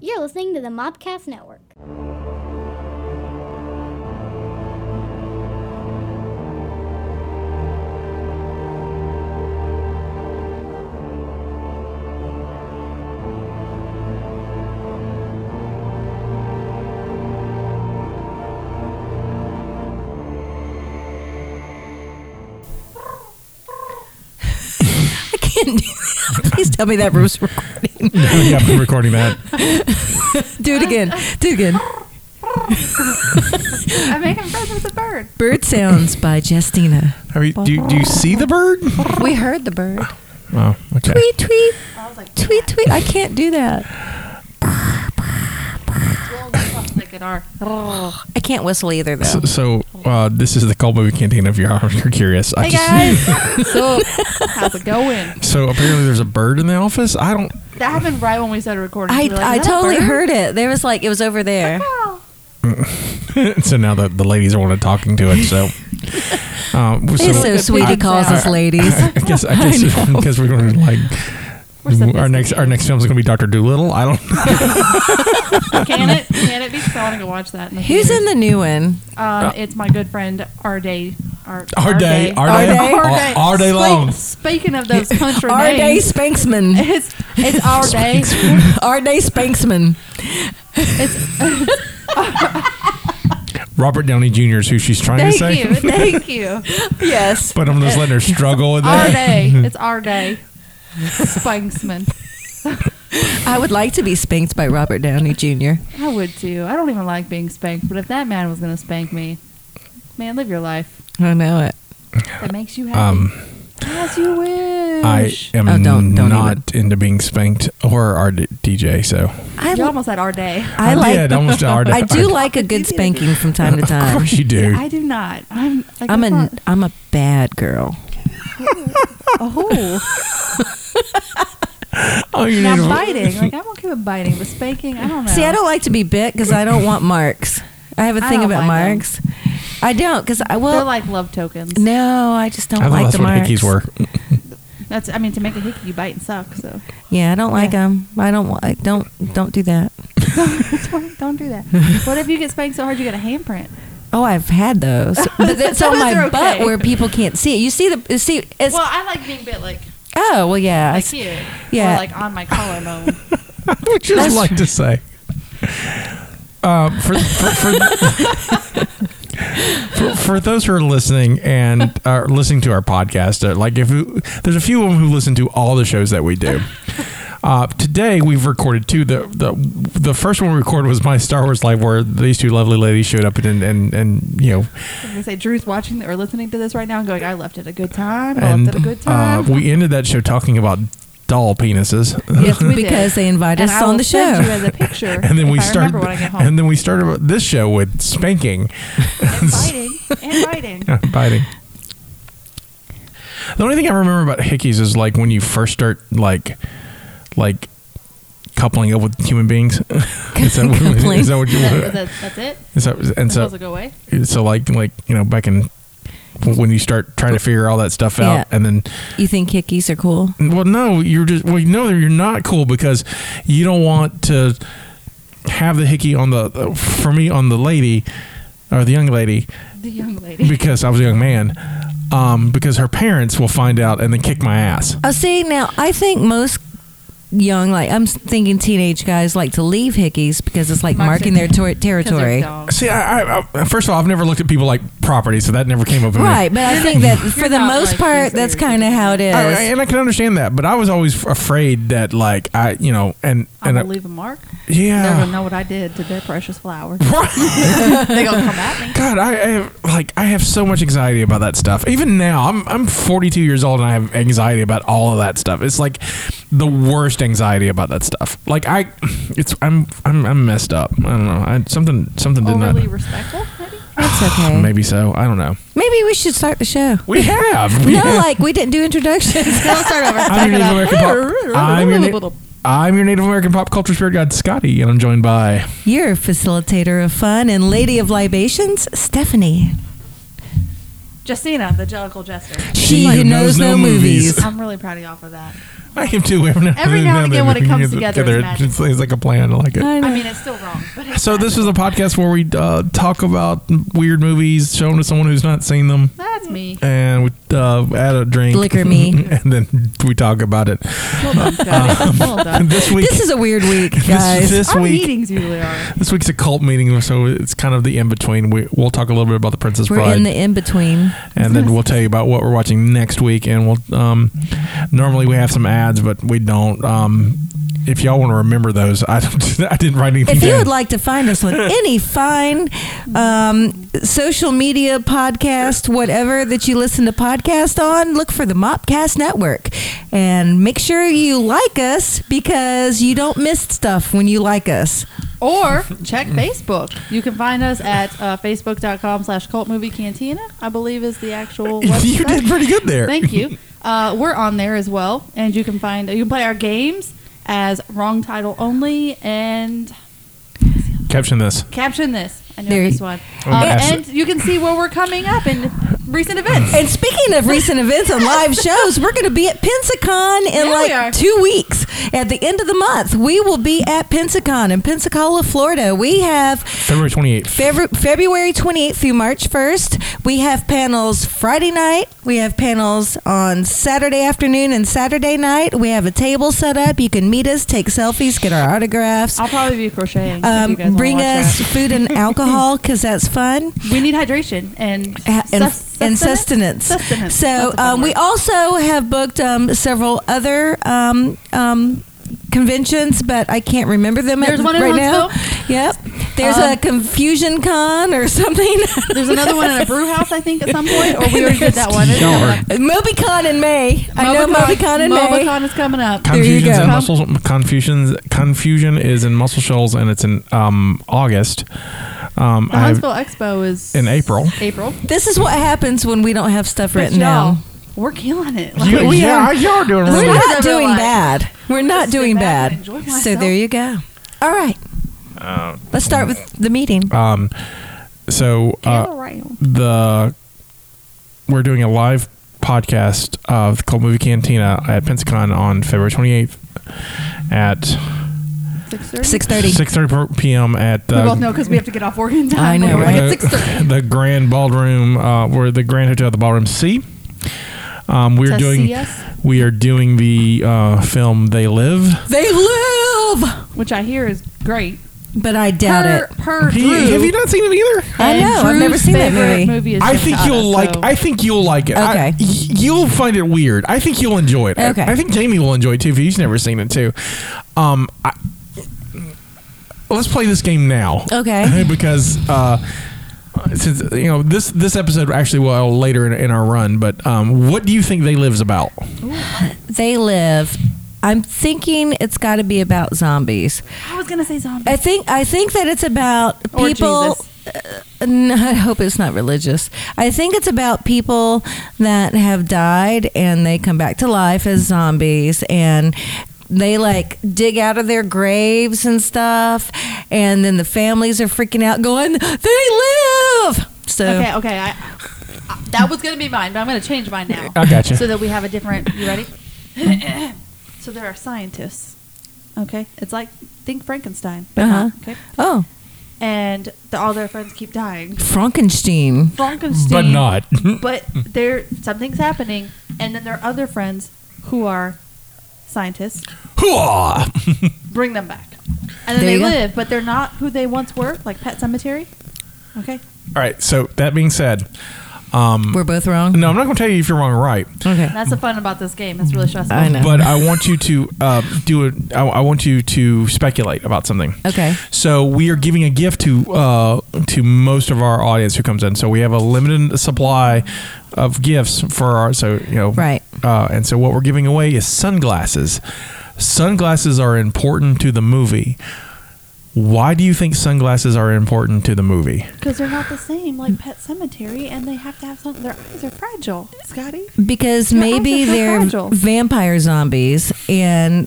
You're listening to the Mobcast Network. I can't do that. Please tell me that Bruce recording. yeah, I'm recording that. Do it again. Do it again. I'm making friends with a bird. Bird Sounds by Justina. Are you, do, you, do you see the bird? We heard the bird. Oh, okay. Tweet, tweet, I was like, tweet, tweet. I can't do that. like an R. I can't whistle either, though. So, so uh, this is the cult movie canteen. If you are you're curious, I Hey guys, so how's it going? so apparently there's a bird in the office. I don't. That happened right when we started recording. I, We were like, I "Is that a totally bird?" heard it. There was like, it was over there. so now the, the ladies are wanted talking to it. So, um, so, It's so sweet he calls us ladies. I guess I guess because we're going to like. Our next our next film is going to be Doctor Doolittle. I don't. Can it? Can it be? So I want to go watch that. In the Who's in theaters. the new one? Um, it's my good friend Arday. Ar- Our day, Arday. our Arday? day, Arday. our day Spe- long. Speaking of those country R. Day names, Spanksman. it's it's our day. R. Day Spanksman. Robert Downey Jr. is who she's trying to say, Thank you, thank you. Yes. but I'm just letting her struggle with Our that. day. It's our day. Spanksman. I would like to be spanked by Robert Downey Jr. I would too. I don't even like being spanked, but if that man was gonna spank me, man, live your life. I know it. That makes you happy. Um, As you wish. I am Oh, don't- don't not into being spanked or our d- DJ. So I, you almost had our day. I like. did almost to our I do our- like a good spanking from time to Of time. course you do. I do not. I'm. Like, I'm that's a not- I'm a bad girl. Oh, oh, you now need to- biting. Like I'm okay with biting, but spanking. I don't know. See, I don't like to be bit because I don't want marks. I have a I thing don't about like 'em. marks. I don't because I They're well like love tokens. no, I just don't I thought like that's the what marks. hickeys were. That's. I mean, to make a hickey, you bite and suck. So Yeah, I don't like Yeah. them. I don't wa- like don't don't do that. don't, don't do that. What if you get spanked so hard you get a handprint? Oh, I've had those, but that's on Those my are butt okay. where people can't see it. You see the see it's Well, I like being bit like oh well yeah I like see- here, yeah. or like on my collarbone. Which is That's like true. to say. Um, for, for, for, for, for those who are listening and are listening to our podcast, uh, like if you, there's a few of them who listen to all the shows that we do. Uh, today we've recorded two. The, the the first one we recorded was my Star Wars live, where these two lovely ladies showed up and and, and you know I'm gonna say Drew's watching or listening to this right now and going, "I left at a good time. I and left at a good uh, time." we ended that show talking about doll penises. yes, we did. because they invite and us I on will the send you show. as a picture, and then if we I started Remember when I get home. and then we started this show with spanking and biting and biting. biting the only thing i remember about hickeys is like when you first start like like coupling up with human beings is, that what, Coupling. is that what you That- that- that's it. is that, and It's so supposed to go away. so like like you know back in when you start trying to figure all that stuff out Yeah. and then You think hickeys are cool? well, no, you're just well, no, you're not cool because you don't want to have the hickey on the for me on the lady or the young lady The young lady. because I was a young man. Um, because her parents will find out and then kick my ass. Oh, see now I think most young like I'm thinking teenage guys like to leave hickeys because it's like Marks marking their- their tor- Because they're territory. dogs. See, I, I, I first of all, I've never looked at people like property, so that never came up. in me. Right, but I think that for the not most like part, these that's serious kind of how it is. I- I- and I can understand that, but I was always f- afraid that, like, I, you know, and I'm and I- gonna leave a mark. They're gonna yeah, know what I did to their precious flower. They're gonna come at me. God, I, I have like I have so much anxiety about that stuff. Even now, I'm I'm 42 years old and I have anxiety about all of that stuff. It's like the worst anxiety about that stuff. Like I, it's I'm I'm, I'm messed up. I don't know. I, something something did not. Overly respectful, maybe. That's okay. Maybe. Maybe so. I don't know. we should start the show. We have. No, like we didn't do introductions. Let's start over. I'm your Native American pop. I'm your, Na- I'm your Native American pop culture spirit guide, Scotty, and I'm joined by. You're a facilitator of fun and lady of libations, Stephanie. Justina, the Jellicle Jester. She who knows no movies. I'm really proud of y'all for that. I am too. Every now, Every now and again when it comes together, it's magical. it's, it's like a plan. I like it. I know. I mean, it's still wrong. But it's So this is a podcast where we uh, talk about weird movies shown to someone who's not seen them, that's me. and we uh, add a drink, Liquor me. and then we talk about it. Well done, Scotty. Well done. This week, this is a weird week, this, guys. Uh, this Our week, meetings usually are. this week's a cult meeting, so it's kind of the in between. We, we'll talk a little bit about the Princess We're Bride, in the in between. and then we'll tell you about what we're watching next week. And we'll um, normally we have some ads, but we don't. Um, if y'all want to remember those, I, don't- I didn't write anything. If you down. would like to find us on any fine um, social media podcast, whatever that you listen to podcast on, look for the Mopcast Network and make sure you like us because you don't miss stuff when you like us. Or check Facebook. You can find us at uh, facebook.com slash cult movie cantina, I believe is the actual website. you did pretty good there. Thank you. Uh, we're on there as well, and you can find you can play our games as wrong title only and Caption this. caption this. I know There you- this one. Oh, Uh, yes. and you can see where we're coming up in recent events. And speaking of recent events and live shows, we're going to be at Pensacon in Yeah, we are. like two weeks. At the end of the month, we will be at Pensacon in Pensacola, Florida. We have February twenty eighth. Febru- February 28th through March 1st, we have panels Friday night. We have panels on Saturday afternoon and Saturday night. We have a table set up. You can meet us, take selfies, get our autographs. I'll probably be crocheting. if Um, you guys wanna bring watch us that. food and alcohol because that's fun We need hydration and a- and, sus- and sustenance. Sustenance. So That's a fun um, we word. also have booked um, several other um, um, conventions, but I can't remember them at- There's one in right now. Huntsville. Yep. There's a Um, Confusion Con or something. There's another one in a brew house, I think, at some point, or we already did that one. It's Don't coming worry. up. MobiCon in May. I know MobiCon in May. MobiCon is coming up. There you Confusion's go. in muscle. Confusion's confusion is in Muscle Shoals, and it's in um, August. Um, The I, Huntsville Expo is in April. April. This is what happens when we don't have stuff But written y'all, down. we're killing it. Like, you, we yeah, are- y'all are doing We're really. This not is a real doing life. bad. We're Let's not sit doing back and bad. enjoy So myself. there you go. All right. Let's start with the meeting. Um, so uh, all right. the we're doing a live podcast of Cold Movie Cantina at Pensacon on February twenty eighth at Six thirty. Six thirty. six thirty p.m. at We both uh, know because we have to get off work in time. I know, We're right? at Six thirty. the Grand Ballroom, uh, where the Grand Hotel, the Ballroom C. Um, we're To doing. see us, We are doing the uh, film "They Live." They live, which I hear is great. but I doubt per, it. Per He- Drew. have you not seen it either? I and know. I've Drew's never seen that favorite movie. is I think Frittata, you'll like. so- I think you'll like it. I- Okay. y- you'll find it weird. I think you'll enjoy it. I- Okay. I, think Jamie will enjoy it too if he's never seen it too. Um, I, let's play this game now. Okay. because uh, since you know this this episode actually well later in, in our run, but um, what do you think they lives about? They live. I'm thinking it's got to be about zombies. I was gonna say zombie. I think I think that it's about Or people. Jesus. Uh, no, I hope it's not religious. I think it's about people that have died and they come back to life as zombies and they like dig out of their graves and stuff and then the families are freaking out going they live so Okay, okay. I, I, that was gonna be mine, but I'm gonna change mine now. I gotcha. So that we have a different. You ready? so there are scientists. Okay, it's like think Frankenstein, but not, Uh-huh. okay. oh And the, all their friends keep dying. frankenstein Frankenstein, But not. But there, something's happening, and then there are other friends who are scientists. Hoo-ah! Bring them back, and then There they you go. live, but they're not who they once were, like Pet Cemetery. Okay, All right. So that being said, we're both wrong no, I'm not going to tell you if you're wrong or right. okay that's the fun about this game. It's really stressful. I know. but I want you to uh, do it. I I want you to speculate about something. okay So we are giving a gift to uh, to most of our audience who comes in. So we have a limited supply of gifts for our. So you know, Right. Uh, and so what we're giving away is sunglasses. Sunglasses are important to the movie. Why do you think sunglasses are important to the movie? Because they're not the same like Pet Cemetery, and they have to have something. Their eyes are fragile, Scotty. because Your eyes maybe are so they're fragile. vampire zombies and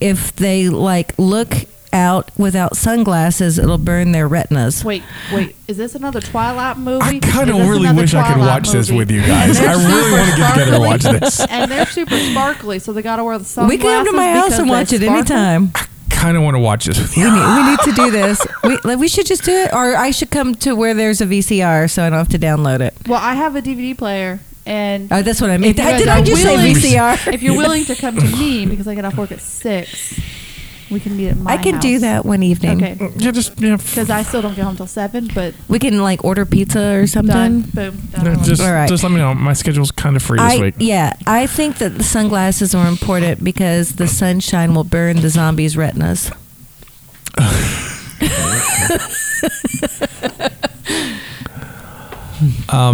if they like look out without sunglasses, it'll burn their retinas. Wait, wait. Is this another Twilight movie? I kind Is of this really another wish I could Twilight watch this movie? with you guys. I really want to get together and watch this. And they're super sparkly, so they got to wear the sunglasses. We can come to my house because and they watch it sparkle. anytime. Kind of want to watch this with We you. need, we need to do this. We, like, we should just do it, or I should come to where there's a VCR so I don't have to download it. Well, I have a DVD player, and Oh, that's what I mean. If you guys Did are I just say willing- VCR? if you're willing to come to me because I get off work at six, we can meet at my. I can do house. that one evening. Okay, Yeah, just yeah, f- because I still don't get home till seven, but We can like order pizza or something. done. Boom. Done. no, I'm just All right. just let me know. My schedule's kind of free this I, week. yeah, I think that the sunglasses are important because the sunshine will burn the zombies' retinas.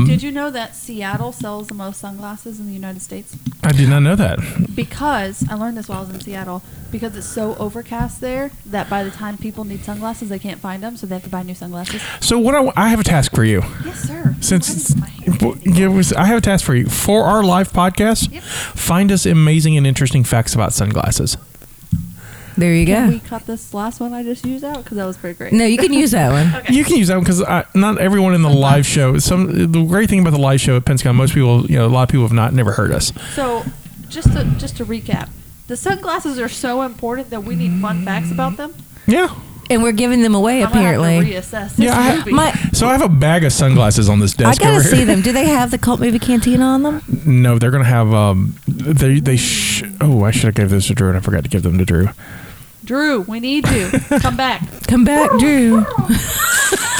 Did you know that Seattle sells the most sunglasses in the United States? I did not know that. Because I learned this while I was in Seattle. Because it's so overcast there that by the time people need sunglasses, they can't find them, so they have to buy new sunglasses. So what I, I have a task for you. Yes, sir. Since Why it's, is my hand w- yeah, it was- I have a task for you for our live podcast, Yep. find us amazing and interesting facts about sunglasses. There you Can go. we cut this last one I just used out because that was pretty great. No, you can use that one. You can use that because not everyone in the live show. Some the great thing about the live show at Pensacon, most people, you know, a lot of people have not never heard us. So, just to just to recap, the sunglasses are so important that we need fun facts about them. Yeah, And we're giving them away, I'm gonna have to apparently. reassess this yeah. I movie. My- so I have a bag of sunglasses on this I desk. gotta over see here. them. Do they have the cult movie cantina on them? No, they're gonna have. Um, they they. Sh- oh, I should have gave those to Drew, and I forgot to give them to Drew. Drew, we need you. Come back. Come back, Drew.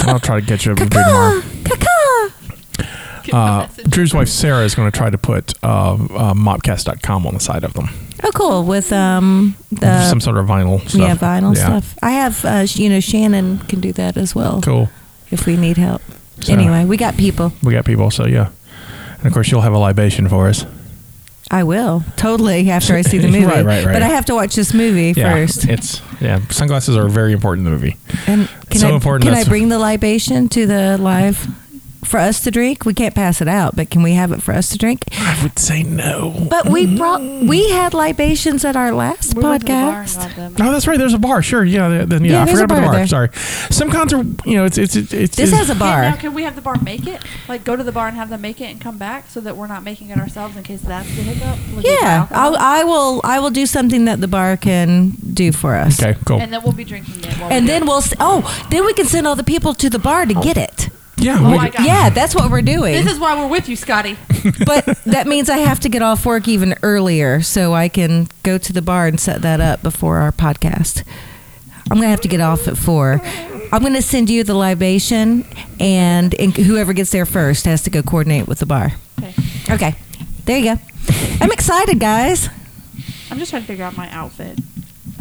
I'll try to catch up with Drew tomorrow. Uh, Drew's wife Sarah is going to try to put uh, uh, mopcast.com on the side of them. Oh, cool. With um the Some sort of vinyl stuff. yeah vinyl Yeah. stuff. I have uh, sh- you know Shannon can do that as well Cool. if we need help. So- Anyway, we got people. We got people, so yeah. And of course, you'll have a libation for us. I will totally after I see the movie. Right, right, right. But I have to watch this movie Yeah, first. it's yeah. Sunglasses are very important in the movie. And can so I, important, Can I that's- bring the libation to the live for us to drink? We can't pass it out, but can we have it for us to drink? I would say no. But we brought we had libations at our last We went to the bar and podcast. got them. Oh, that's right. There's a bar. Sure. Yeah. Then yeah. Yeah, I there's a forgot about the bar bar. there. Sorry. Some cons are you know it's it's it's. it's This has a Okay, now bar. can we have the bar make it? Like go to the bar and have them make it and come back so that we're not making it ourselves in case that's the hiccup. with the Yeah, I'll, alcohol. I will. I will do something that the bar can do for us. okay. Cool. and then we'll be drinking it. While And we do then we'll. s- Oh, then we can send all the people to the bar to get it. yeah. Oh we- my God. Yeah, that's what we're it. doing. this is why we're with you, Scotty. but that means I have to get off work even earlier so I can go to the bar and set that up before our podcast. I'm going to have to get off at four. I'm going to send you the libation, and, and whoever gets there first has to go coordinate with the bar. Okay, Okay, there you go. I'm excited, guys. I'm just trying to figure out my outfit.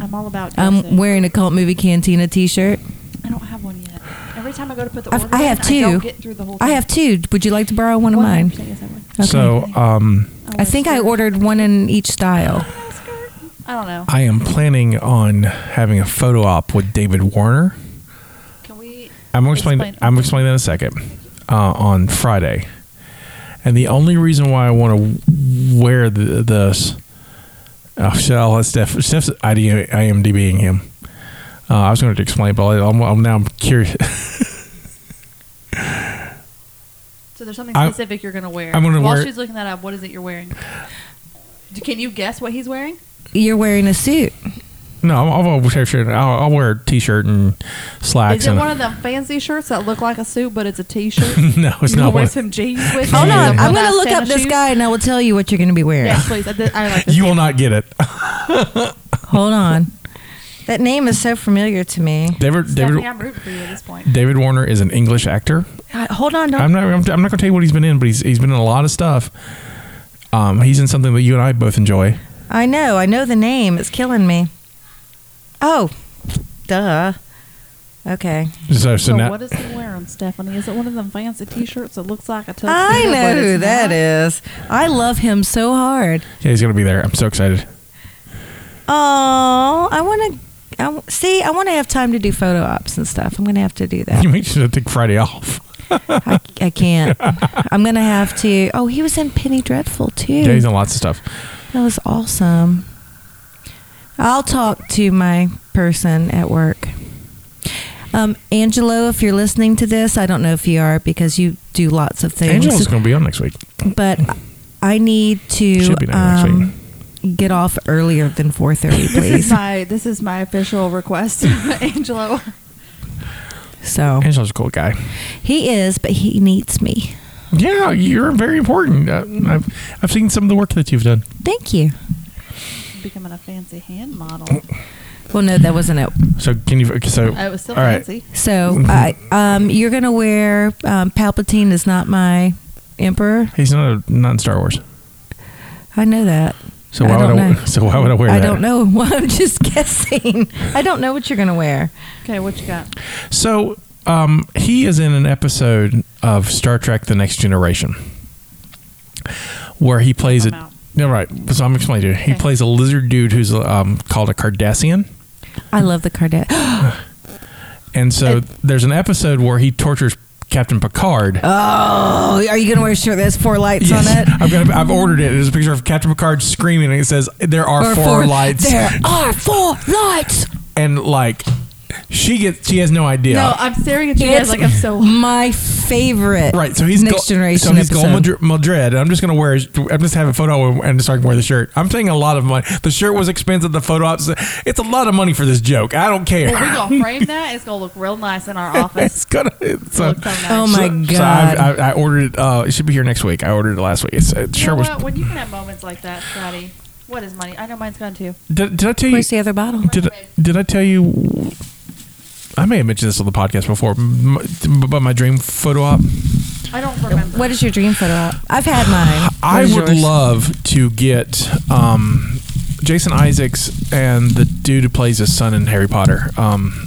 I'm all about. I'm dressing. wearing a cult movie cantina t shirt. I don't have one yet. Every time I go to put the I've- order, I in, have I don't two. get through the whole. I thing. have two. Would you like to borrow one Oh, of 100% mine? Yes, I would. So um, I think I ordered one in each style. I don't know. I am planning on having a photo op with David Warner. Can we? I'm gonna explain. Explain. I'm gonna explain that in a second. Uh, on Friday, and the only reason why I want to wear the, this, oh shit! I'll let Steph. Steph's ID, IMDBing him. Uh, I was going to explain, but I'm, I'm now curious. So there's something I- specific you're gonna wear. I'm gonna While wear- she's looking that up, what is it you're wearing? Do- Can you guess what he's wearing? You're wearing a suit. no, I'll, I'll, wear a shirt- I'll, I'll wear a t-shirt and slacks. Is it and one of them fancy shirts that look like a suit, but it's a t-shirt? no, it's you not wear one. some jeans with it? Oh no! Yeah. Some I'm little gonna ass look tennis up this shoes? guy, and I will tell you what you're gonna be wearing. Yes, please. I, did- I like this. You will not get it. Hold on, that name is so familiar to me. David Stephanie, David I'm rooting for you at this point. David Warner is an English actor. Uh, Hold on, don't. I'm not. I'm, I'm not going to tell you what he's been in, but he's he's been in a lot of stuff. Um, he's in something that you and I both enjoy. I know, I know the name. It's killing me. Oh, duh. Okay, So, so, Oh, So now, what is he wearing, Stephanie? Is it one of them fancy T-shirts that looks like a tuxedo? I know who that that is. is. I love him so hard. yeah, he's going to be there. I'm so excited. Oh, I want to. I, w- see, I want to have time to do photo ops and stuff. I'm gonna have to do that. You make sure to take Friday off. I, I can't. I'm gonna have to. Oh, he was in Penny Dreadful too. Yeah, he's in lots of stuff. That was awesome. I'll talk to my person at work. Um, Angelo, if you're listening to this, I don't know if you are because you do lots of things. Angel's going to be on next week. but I need to Should be next week. um, get off earlier than 4:30, This is please. my this is my official request, Angelo. so Angel's Oh. a cool guy. he is, but he needs me. Yeah, you're very important. Uh, I've, I've seen some of the work that you've done. Thank you. Becoming a fancy hand Oh, model. Well, no, that wasn't it. So can you? So I was still all right. fancy. So I, um, you're gonna wear um, Palpatine is not my emperor. He's not a, not in Star Wars. I know that. So I why would don't I? know. So why would I wear I that? don't know. Well, I'm just guessing. I don't know what you're gonna wear. Okay, what you got? So um, he is in an episode of Star Trek: The Next Generation where he plays I'm a. out. No, right. So I'm explaining to you. He Okay. plays a lizard dude who's um, called a Cardassian. I love the Kardashian. And so there's an episode where he tortures Captain Picard. Oh, are you gonna wear a shirt that has four lights on it? I've, got, I've ordered it. There's a picture of Captain Picard screaming, and it says, "There are Or four, lights." There are four lights. And like, she gets, she has no idea. No, I'm staring at you guys It's like I'm so. my favorite. Right, so he's next Go- generation. So he's episode. Gold Madri- Madrid. I'm just gonna wear. His, I'm just have a photo of him and so I can wear the shirt. I'm paying a lot of money. The shirt was expensive. The photo ops. It's a lot of money for this joke. I don't care. Well, we're gonna frame that. It's gonna look real nice in our office. it's gonna. It's It'll so, look so nice. Oh my so- god! So I, I, I ordered it. Uh, it should be here next week. I ordered it last week. It's, it You sure know was. what? When you can have moments like that, Scotty, what is money? I know mine's gone too. Did, did I tell you? Where's the other bottle? Did did I tell you? I may have mentioned this on the podcast before, m- m- but my dream photo op. I don't remember. What is your dream photo? op? I've had mine. I What is would yours? love to get um, Jason Isaacs and the dude who plays his son in Harry Potter. Um,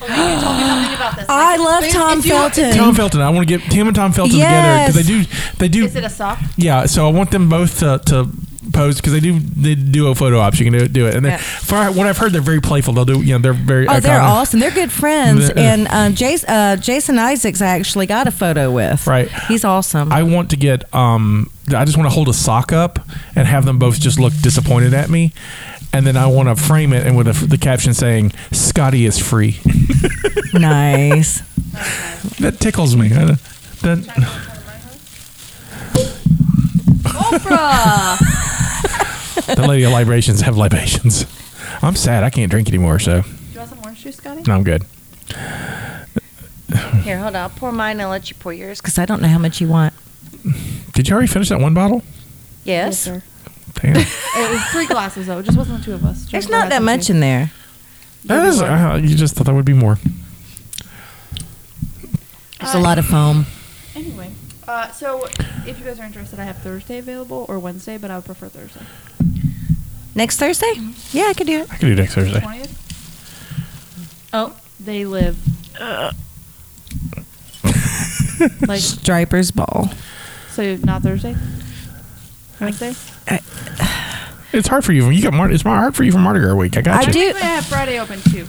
Oh, wait, you told me something about this. I love Please, Tom if you- Felton. Tom Felton. I want to get him and Tom Felton Yes. together because they do. They Is do. it a sock? yeah. So I want them both to. to pose because they do they do a photo ops you can do, do it and then Yeah. for what I've heard they're very playful they'll do you know they're very Oh, they're iconic. awesome. They're good friends. The- and um, Jason, uh, Jason Isaacs, I actually got a photo with. Right. He's awesome. I want to get um I just want to hold a sock up and have them both just look disappointed at me and then I want to frame it and with a, the caption saying Scotty is free nice. that tickles me I, that Oprah. the lady of libations have libations I'm sad I can't drink anymore so Do you want some orange juice, Scotty? no I'm good Here, hold on. I'll pour mine and I'll let you pour yours. Because I don't know how much you want. did you already finish that one bottle Yes. sir. damn It was three glasses though. It just wasn't the two of us. There's not that much in there. that is uh, you just thought there would be more There's a lot of foam. Anyway, uh, so if you guys are interested, I have Thursday available or Wednesday, but I would prefer Thursday. Next Thursday? Yeah, I could do it. I could do next Thursday Twentieth. Oh, they live. like Striper's Ball. so, not Thursday. Wednesday. it's hard for you you got Mar- it's hard for you for Mardi Gras week I got I do- you Technically, I have Friday open too.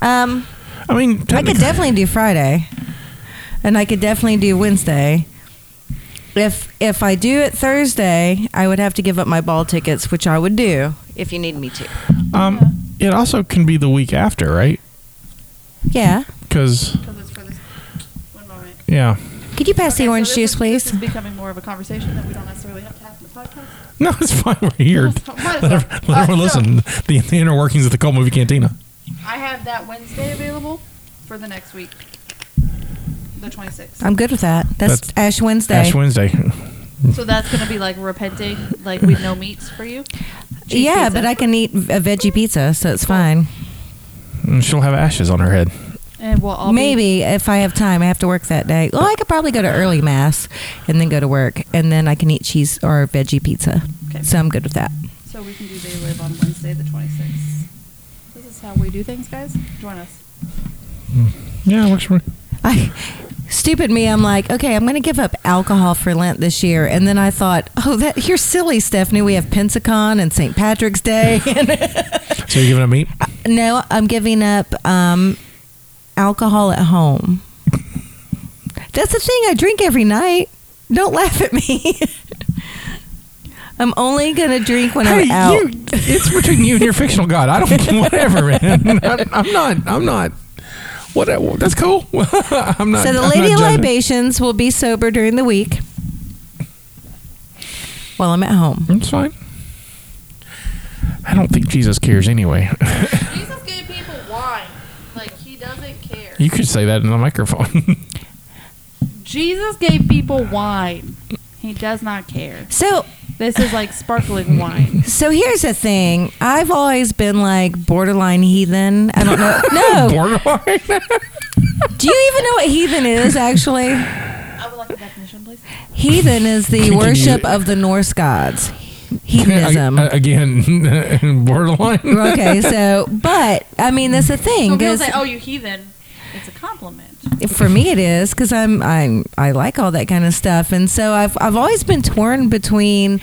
Um, I mean I could technically- definitely do Friday, and I could definitely do Wednesday. If if I do it Thursday, I would have to give up my ball tickets, which I would do if you need me to. um it also can be the week after right Yeah. because Because it's for this one moment. yeah Could you pass Okay, the so orange this juice, is- please? This is becoming more of a conversation that we don't necessarily have to have in the podcast. No, it's fine. We're here. Might as well. Let, every- let All right, everyone so- listen. The, the inner workings of the Cold Movie Cantina. I have that Wednesday available for the next week, the 26th. I'm good with that. That's, That's- Ash Wednesday. Ash Wednesday. So that's going to be like repenting, like with no meats for you? Cheese yeah, pizza. but I can eat a veggie pizza, so it's fine. And She'll have ashes on her head. And we'll all be- Maybe if I have time, I have to work that day. Well, I could probably go to early mass and then go to work, and then I can eat cheese or veggie pizza. Okay. So I'm good with that. so we can do They Live on Wednesday, the 26th. This is how we do things, guys. Join us. Yeah, it works for me. I, stupid me, I'm like, okay, I'm going to give up alcohol for Lent this year. And then I thought, oh, that you're silly, Stephanie. We have Pensacon and St. Patrick's Day. Uh, So you're giving up meat? no, I'm giving up um, alcohol at home. That's the thing. I drink every night. Don't laugh at me. I'm only gonna drink when I'm Hey, out. you, it's between you and your fictional god. I don't, whatever, man. I'm, I'm not, I'm not, whatever. That's cool. I'm not. so the I'm Lady not judging. Libations will be sober during the week while I'm at home. It's fine. I don't think Jesus cares anyway. Jesus gave people wine. Like, he doesn't care. You could say that in the microphone. Jesus gave people wine. He does not care. So This is like sparkling wine. so here's the thing. I've always been like borderline heathen. I don't know. No. Borderline. Do you even know what heathen is actually? I would like a definition, please. Heathen is the you- worship of the Norse gods. Heathenism. A- Again, borderline. okay, so but I mean that's the thing Some people 'cause say, oh, you heathen. It's a compliment. for me it is because I'm I'm I like all that kind of stuff, and so I've I've always been torn between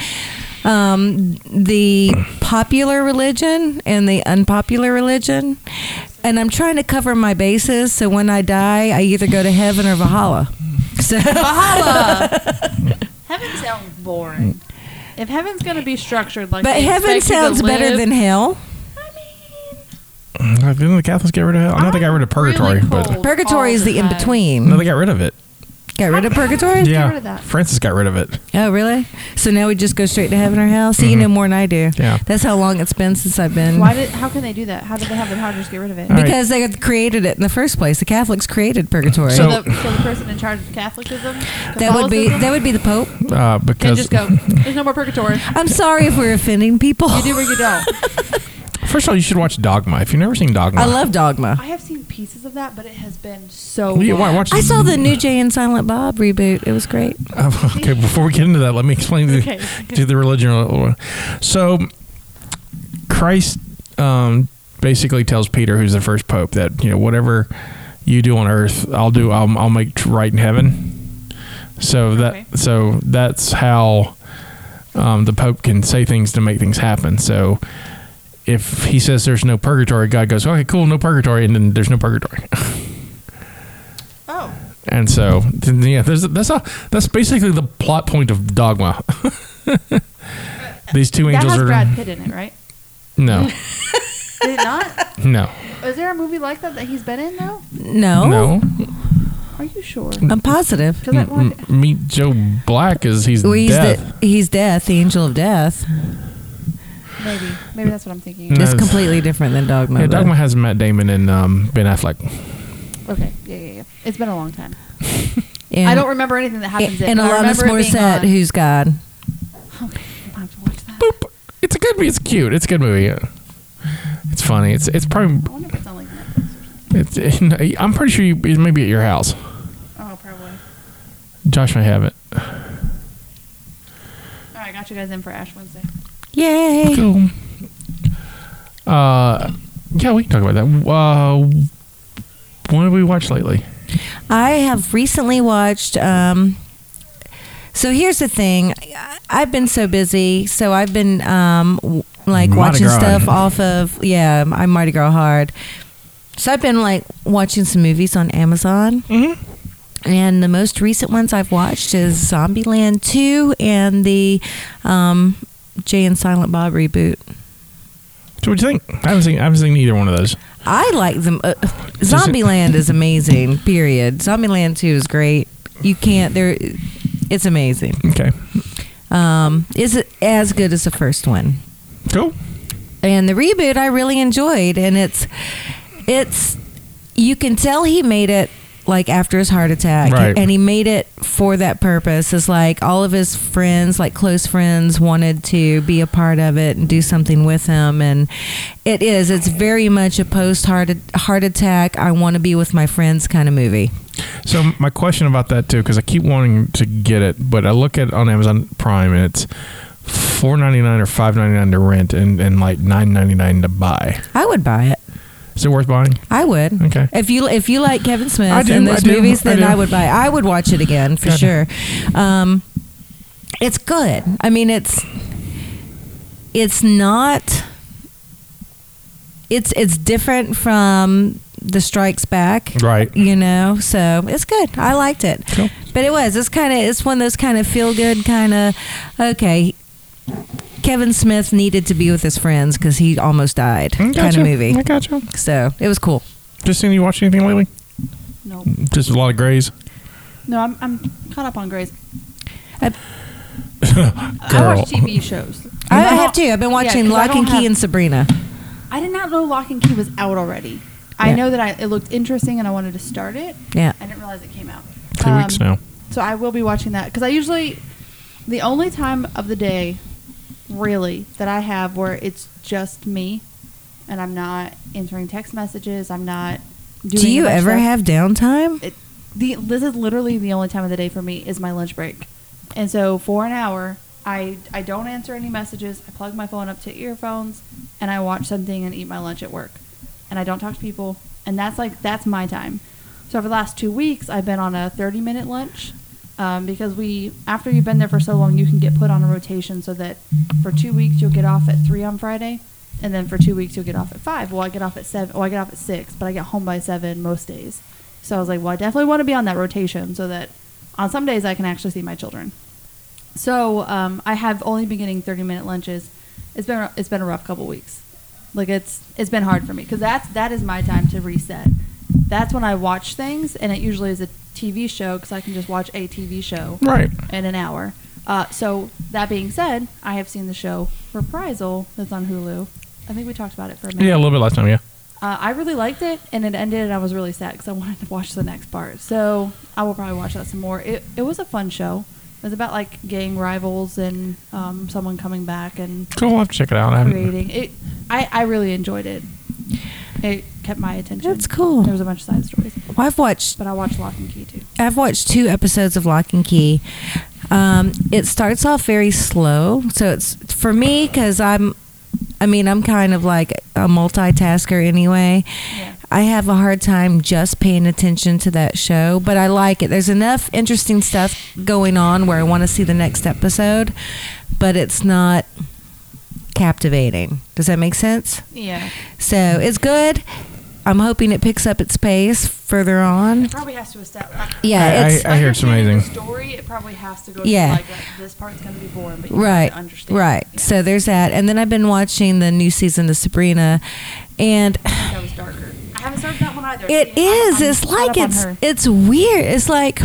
um, the popular religion and the unpopular religion, and I'm trying to cover my bases. So when I die, I either go to heaven or Valhalla. So Bahama! Heaven sounds boring. If heaven's going to be structured like but they heaven expect you to sounds better live- than hell. I mean, Mm, Didn't the Catholics get rid of hell? I know they got rid of I'm Oh, really purgatory, but cold Purgatory Oh, all is the in time. no, between. they got rid of it. Got rid of purgatory. Yeah. Yeah, rid of that. Francis got rid of it. Oh, really? So now we just go straight to heaven or hell? See, you know more than I do. Yeah. That's how long it's been since I've been. Why did? How can they do that? How did they have the Hodgers get rid of it? All right. because they had created it in the first place. The Catholics created purgatory. So- So, the, so the person in charge of Catholicism, that would be Catholicism, that would be the Pope. Uh, can because just go. There's no more purgatory. I'm sorry if we're offending people. You do or you don't. first of all, you should watch Dogma. If you've never seen Dogma, I love Dogma. I have seen pieces of that, but it has been so. Yeah, why long. watch? I saw the new Jay and Silent Bob reboot. It was great. Uh, okay, before we get into that, let me explain to, Okay. to the religion. a little. So, Christ um, basically tells Peter, who's the first pope, that you know whatever you do on earth, I'll do. I'll, I'll make t- right in heaven. So that Okay. so that's how um, the pope can say things to make things happen. So. If he says there's no purgatory, God goes, okay, cool, no purgatory, and then there's no purgatory. Oh, And so, th- yeah, there's, that's a, that's basically the plot point of Dogma. These two that angels has are Brad Pitt in it, right? no, Did it not? no, Is there a movie like that that he's been in though? No, no. Are you sure? Mm, I'm positive. 'Cause I- M- meet Joe Black is he's Well, he's death. the he's death, the angel of death. maybe, maybe that's what I'm thinking. No, It's it's- completely different than Dogma. yeah, but- Dogma has Matt Damon and um, Ben Affleck. Okay, yeah, yeah, yeah. It's been a long time. and, I don't remember anything that happens. in it, And but I Alanis remember it being Morissette, on. who's God. Okay, I have to watch that. Boop. It's a good movie. It's cute. It's a good movie. Yeah. It's funny. It's it's probably. I wonder if it's on like Netflix. It's, I'm pretty sure you, it may be at your house. Oh, probably. Josh may have it. All right, I got you guys in for Ash Wednesday. Yay! Cool. Uh, yeah, we can talk about that. Uh, what did we watch lately? I have recently watched. Um, so here's the thing, I- I've been so busy, so I've been um, w- like Mardi watching Gras. stuff off of yeah, I'm Mardi Gras hard. So I've been like watching some movies on Amazon. Mm-hmm. And the most recent ones I've watched is Zombieland 2 and the um, Jay and Silent Bob reboot. So what do you think? I haven't seen I haven't seen either one of those. I like them. Uh, Zombieland is amazing. Period. Zombieland Two is great. You can't. There, it's amazing. Okay, Um, is it as good as the first one? cool. And the reboot I really enjoyed, and it's, it's, you can tell he made it like after his heart attack, Right. and he made it for that purpose. It's like all of his friends, like close friends, wanted to be a part of it and do something with him, and it is. It's very much a post heart heart attack. I want to be with my friends kind of movie. So my question about that too, because I keep wanting to get it, but I look at it on Amazon Prime and it's four ninety nine or five ninety nine to rent and, and like nine ninety nine to buy. I would buy it. Is it worth buying? I would. Okay. If you if you like Kevin Smith I do, and I those do, movies, I then do. I, would buy. I would watch it again for Gotcha. sure. Um, it's good. I mean, it's it's not. It's it's different from the Strikes Back, Right. You know, so it's good. I liked it, Cool. but it was it's kind of it's one of those kind of feel good kind of okay. Kevin Smith needed to be with his friends because he almost died I kind Mm, gotcha. of movie. I gotcha. So it was cool. Just you watch anything lately? No, Just a lot of grays. no, I'm, I'm caught up on Grace. I, I Girl. watch TV shows. I don't- have too. I've been yeah, watching 'cause I Lock don't and Key have- and Sabrina. I did not know Lock and Key was out already. I Yeah. know that I, it looked interesting and I wanted to start it. Yeah. I didn't realize it came out. Two weeks now. So I will be watching that because I usually, the only time of the day, really, that I have where it's just me, and I'm not answering text messages. I'm not. Doing Do you much ever stuff. have downtime? It, the this is literally the only time of the day for me is my lunch break, and so for an hour. I, I don't answer any messages. I plug my phone up to earphones and I watch something and eat my lunch at work. And I don't talk to people. And that's like, that's my time. So for the last two weeks, I've been on a 30 minute lunch um, because we, after you've been there for so long, you can get put on a rotation so that for two weeks you'll get off at three on Friday, and then for two weeks you'll get off at five. Well, I get off at seven. Well, I get off at six, but I get home by seven most days. So I was like, well, I definitely want to be on that rotation so that on some days I can actually see my children. So um, I have only been getting 30 minute lunches. It's been it's been a rough couple weeks. Like it's it's been hard for me because that's that is my time to reset. That's when I watch things, and it usually is a TV show because I can just watch a TV show Right. in an hour. Uh, so that being said, I have seen the show Reprisal that's on Hulu. I think we talked about it for a minute. Yeah, a little bit last time. Yeah. Uh, I really liked it, and it ended, and I was really sad because I wanted to watch the next part. So I will probably watch that some more. It, it was a fun show. It was about like gang rivals and um, someone coming back and Cool. I'll have to check it out. I haven't- creating it. I, I really enjoyed it. It kept my attention. That's cool. There was a bunch of side stories, Well, I've watched but I watched Lock and Key too. I've watched two episodes of Lock and Key. Um, it starts off very slow, so it's for me because I'm, I mean, I'm kind of like a multitasker anyway. Yeah. I have a hard time just paying attention to that show, but I like it. There's enough interesting stuff going on where I want to see the next episode, but it's not captivating. Does that make sense? Yeah, So it's good. I'm hoping it picks up its pace further on. probably has to establish. Yeah, I- it's, I hear it's understanding amazing. The story it probably has to go. Yeah. Yeah, like that this part's gonna be boring, but you have right to understand. right Yeah, so there's that and then i've been watching the new season of sabrina and I think that was darker. I haven't started that one either. it See, I'm- is I'm it's caught like up on it's her. it's weird it's like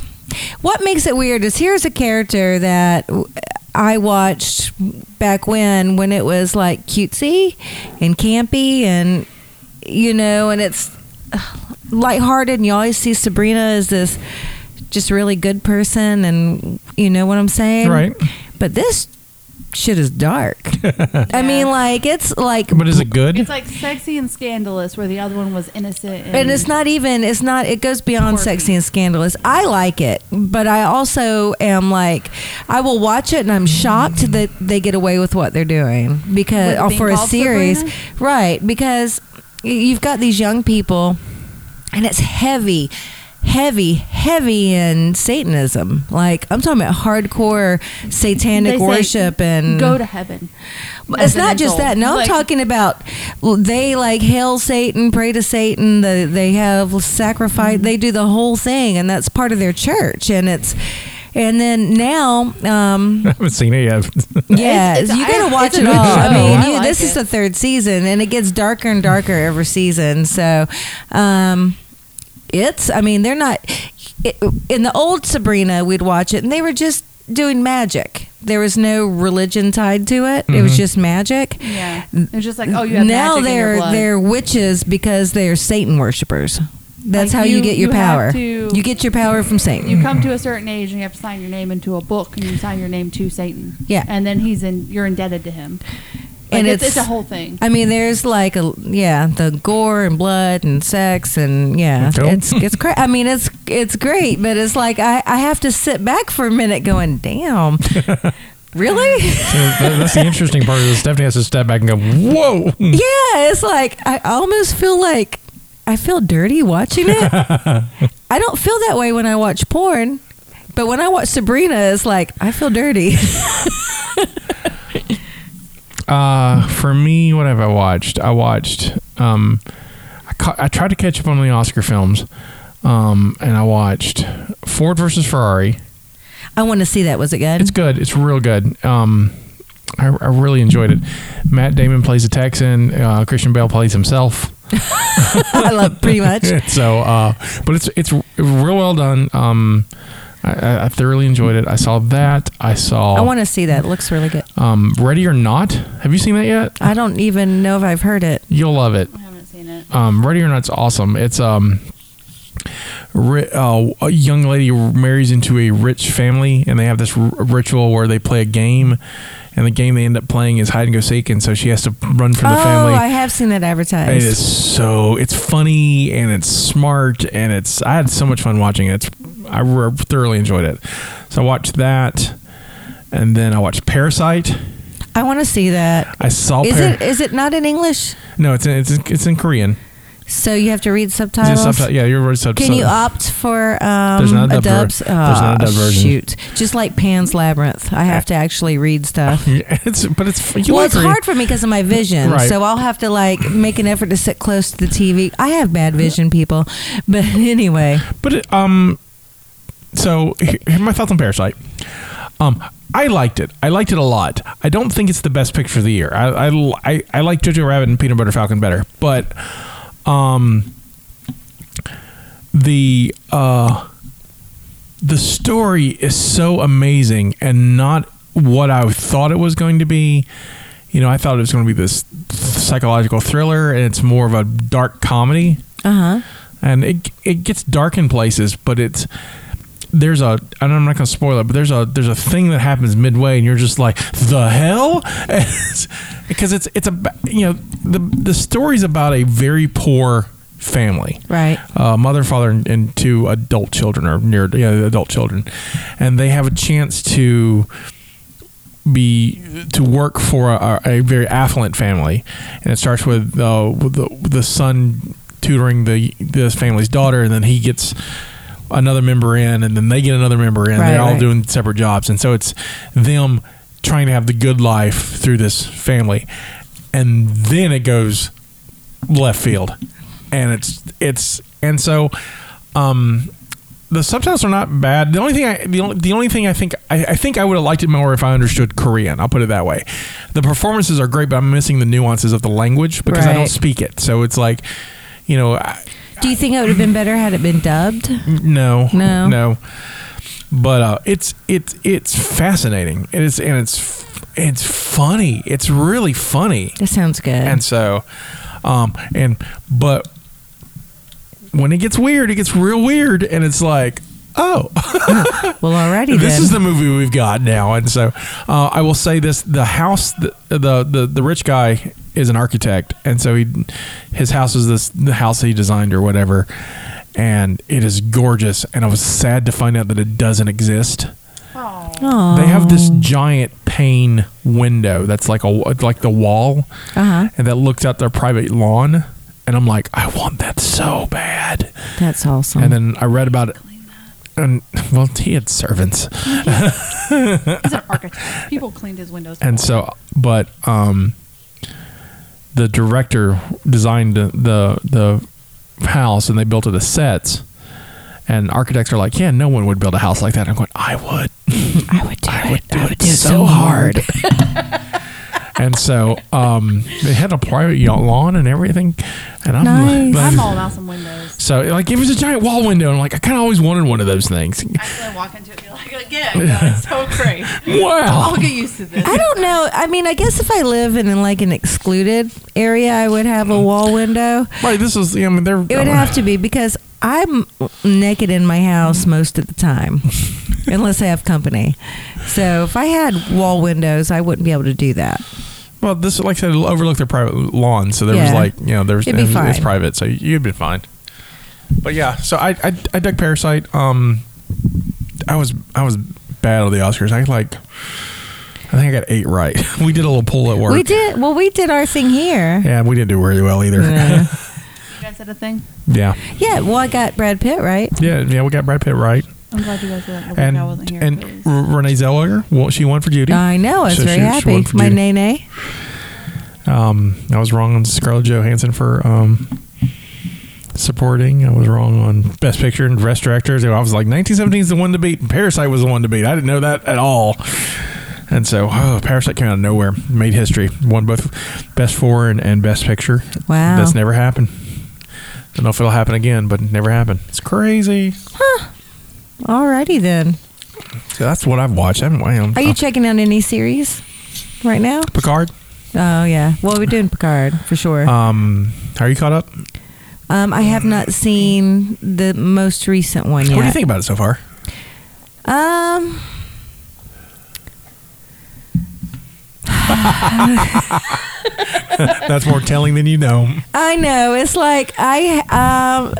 what makes it weird is here's a character that w- i watched back when when it was like cutesy and campy and you know and it's uh, lighthearted and you always see sabrina as this just really good person and you know what i'm saying Right. but this shit is dark I mean, like it's like, But is it good? It's like sexy and scandalous, where the other one was innocent. And, and it's not even. It's not. It goes beyond Quirky. sexy and scandalous. I like it, but I also am like, I will watch it and I'm shocked that they get away with what they're doing because With it or being uh, for a called series, Sabrina? right? Because y- you've got these young people, and it's heavy. Heavy, heavy in Satanism. Like I'm talking about hardcore They satanic say, worship and go to heaven. Well, as It's an not just adult. that. No, I'm Like- talking about well, they like hail Satan, pray to Satan. The, they have sacrifice. They do the whole thing, and that's part of their church. And it's and then now, um, I haven't seen it yet. yeah, it's- you gotta I- watch it's a it all. good I show. mean, I you, like this is it. the third season, and it gets darker and darker every season. So. Um, it's i mean they're not it, in the old sabrina we'd watch it and they were just doing magic there was no religion tied to it it was Mhm. just magic Yeah. It's just like, oh, you have now magic in your they're blood. they're witches because they're satan worshippers that's Like, how you, you- get your you have power to- you get your power from satan You come to a certain age and you have to sign your name into a book, and you sign your name to Satan. Yeah. and then he's in. You're indebted to him. Like, And it's, it's- it's a whole thing. I mean, there's like a yeah, the gore and blood and sex and yeah, Cool. it's it's great. I mean, it's it's great, but it's like I I have to sit back for a minute, going, damn, really? So that- that's the interesting part. Is Stephanie has to step back and go, "Whoa!" Yeah, it's like I almost feel like I feel dirty watching it. I don't feel that way when I watch porn, but when I watch Sabrina, it's like I feel dirty. Uh, for me, what have I watched? I watched. Um, I, ca- I tried to catch up on the Oscar films, um, and I watched Ford versus Ferrari. I want to see that. Was it good? It's good. It's real good. Um, I, I really enjoyed it. Matt Damon plays a Texan. Uh, Christian Bale plays himself. I love pretty much. so, uh, but it's it's real well done. Um, I- I, I thoroughly enjoyed it. I saw that. I saw I want to see that. It looks really good. um, Ready or Not. Have you seen that yet? I don't even know if I've heard it. You'll love it. I haven't seen it. um, Ready or Not's awesome. It's um, ri- uh, a young lady marries into a rich family, and they have this r- ritual where they play a game, and the game they end up playing is hide and go seek, and so she has to run from the oh, family. I have seen that advertised. it is so it's funny and it's smart and it's I had so much fun watching it. It's, I re- thoroughly enjoyed it. So I watched that, and then I watched Parasite. I want to see that. I saw Is Par- it is it not in English? no, it's in, it's in, it's in Korean. So you have to read It's in subtitles. subti- yeah, you're right. sub- Oh. Can you sub- opt for um, There's not a a dub ver- dubs? there's not a dub Aw, version. Shoot, just like Pan's Labyrinth, I have to actually read stuff. Yeah, it's but it's you well, like it's reading- hard for me because of my vision, Right. so I'll have to like make an effort to sit close to the TV. I have bad vision, people. But anyway, But it, um, so here, here are my thoughts on Parasite. Um, I liked it. I liked it a lot. I don't think it's the best picture of the year. I I I, I like Jojo Rabbit and Peanut Butter Falcon better, but um, the uh, the story is so amazing and not what I thought it was going to be. You know, I thought it was going to be this psychological thriller, and it's more of a dark comedy uh huh. and it it gets dark in places, but it's there's a and I'm not gonna spoil it, but there's a there's a thing that happens midway, and you're just like the hell, because it's it's a you know the the story's about a very poor family, Right. uh, mother, father, and, and two adult children or near you know, adult children, and they have a chance to be to work for a, a very affluent family, and it starts with, uh, with the the son tutoring the this family's daughter, and then he gets another member in, and then they get another member in. Right, They're all right. doing separate jobs, and so it's them trying to have the good life through this family, and then it goes left field, and it's it's and so. Um, the subtitles are not bad. The only thing I the only, the only thing I think I, I think I would have liked it more if I understood Korean. I'll put it that way. The performances are great, but I'm missing the nuances of the language because I don't Right. speak it. So it's like, you know, I, Do you think it would have been better had it been dubbed? no, No. no. But uh, it's it's it's fascinating. It is and it's it's funny. It's really funny. That sounds good. And so, um, and but when it gets weird, it gets real weird, and it's like, oh, well, alrighty this then. is the movie we've got now. And so, uh, I will say this: the house, the, the the the rich guy is an architect, and so he his house is this the house he designed or whatever, and it is gorgeous. And I was sad to find out that it doesn't exist. Aw. They have this giant pane window that's like a like the wall, Uh-huh. and that looks out their private lawn. And I'm like, I want that so bad. That's awesome. And then I read about it, and well, he had servants, He's an architect. People cleaned his windows. and so but um, the director designed the the, the house, and they built it as sets. And architects are like, yeah, no one would build a house like that. I'm going, I would. I would do I it. would do it so hard. and so um, they had a private yacht lawn and everything. And I'm Nice. like, I'm all about some windows. so like it was a giant wall window. And I'm like, I kind of always wanted one of those things. I walk into it and be like, again, that's so great. Oh, Wow. I'll get used to this. I don't know. I mean, I guess if I live in like an excluded area, I would have a wall window. Right. This is. I mean, they're. It would have to be because I'm naked in my house most of the time, unless I have company. So if I had wall windows, I wouldn't be able to do that. Well, this like I said, it'll overlook their private lawn, so there was Yeah. like you know there's It'd be it was- it's fine. private, so you'd be fine. But yeah, so I I, I dug Parasite. Um, I was I was bad at the Oscars. I like. I think I got eight right. We did a little poll at work. We did well. We did our thing here. Yeah, we didn't do very well either. Yeah. You guys said a thing? yeah. yeah. Well, I got Brad Pitt right. Yeah, yeah, we got Brad Pitt right, I'm glad you guys said that. and I wasn't here. and please. R- Renee Zellweger, well, she won for Judy. I know. I was So very she- she won happy. for My Judy. nay nay. Um, I was wrong on Scarlett Johansson for um, supporting. I was wrong on Best Picture and Best Directors. I was like, 1917 is the one to beat, and Parasite was the one to beat. I didn't know that at all. And so, oh, Parasite came out of nowhere, made history, won both Best Foreign and Best Picture. Wow. That's never happened. Don't know if it'll happen again, but it never happened. It's crazy. Alrighty then. So that's what I've watched. I haven't watched Are you checking out any series right now? Picard? Oh yeah. Well, we're doing Picard for sure. Um, are you caught up? Um, I have not seen the most recent one yet. What do you think about it so far? Um. That's more telling than you know. I know. It's like I um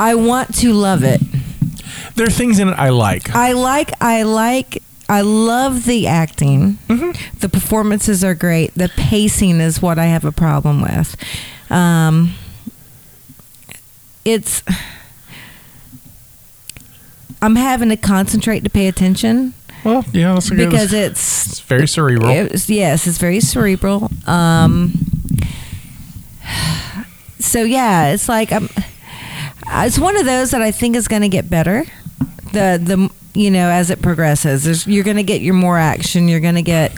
I want to love it. There are things in it I like. I like I like I love the acting. The performances are great. The pacing is what I have a problem with. Um it's I'm having to concentrate to pay attention Well, yeah, that's a good. because it's it's very cerebral. It was- yes, it's very cerebral. Um, so yeah, it's like um, i Uh, It's one of those that I think is going to get better. The the you know as it progresses, There's, you're going to get your more action. You're going to get.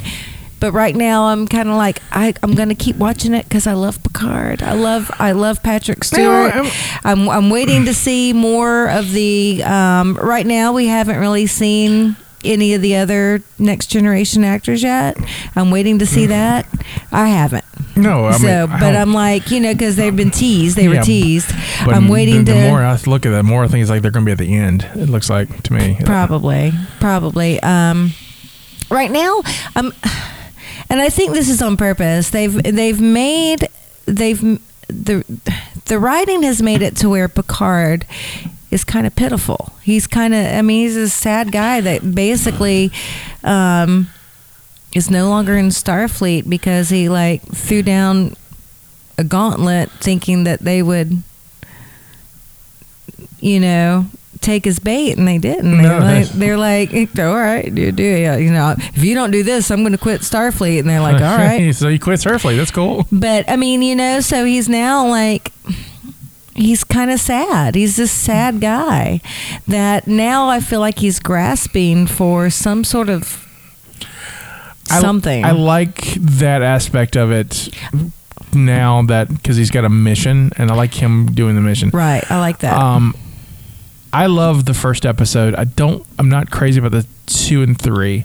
But right now, I'm kind of like I, I'm going to keep watching it because I love Picard. I love I love Patrick Stewart. I'm- I'm I'm waiting to see more of the. Um, right now, we haven't really seen any of the other next generation actors yet. I'm waiting to see Hmm. that. I haven't. no, I mean, so, but I don't- I'm like, you know, because they've been teased. They Yeah, were teased. but I'm waiting the, to. The more I look at that, the more I think it's like they're going to be at the end. It looks like to me. probably probably um right now um and i think this is on purpose they've they've made they've the the writing has made it to where picard is kind of pitiful he's kind of i mean he's a sad guy that basically um is no longer in starfleet because he like threw down a gauntlet thinking that they would you know take his bait and they didn't No, they're, like, that's- they're like all right you do it you know if you don't do this i'm going to quit starfleet and they're like all right so you quit Surfly. That's cool. but i mean you know so he's now like he's kind of sad he's this sad guy that now i feel like he's grasping for some sort of I- something I, like that aspect of it now that because he's got a mission, and I like him doing the mission. right i like that Um, I love the first episode. I don't. I'm not crazy about the two and three.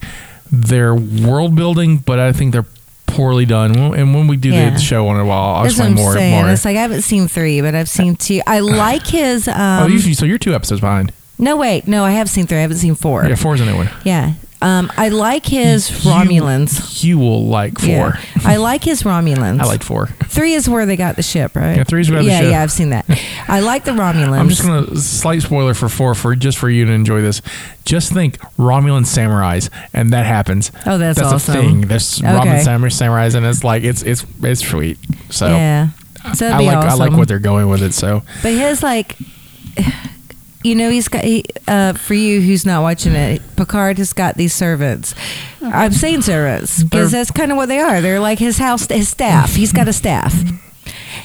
They're world building, but I think they're poorly done. Well, And when we do Yeah. the show on a while, I'll That's what explain I'm more. saying. more. It's like I haven't seen three, but I've seen two. I like his. oh, Um, you, so you're two episodes behind. no, wait, no, I have seen three. I haven't seen four. Yeah, four's a new one. Yeah. Um, I like his You- Romulans. You will like four. Yeah. I like his Romulans. I like four. three is where they got the ship, right? Yeah, three's where the yeah, ship- Yeah, I've seen that. I like the Romulans. I'm just gonna slight spoiler for four for just for you to enjoy this. Just think Romulan samurais, and that happens. Oh, that's awesome. a thing. There's Okay. Romulan samur- samurais, and it's like it's it's it's sweet. So yeah. So that'd uh, I be like I awesome. like what they're going with it. So But his like, you know, he's got he, uh, for you who's not watching it. Picard has got these servants. I'm saying servants because They're- that's kind of what they are. They're like his house, his staff. He's got a staff,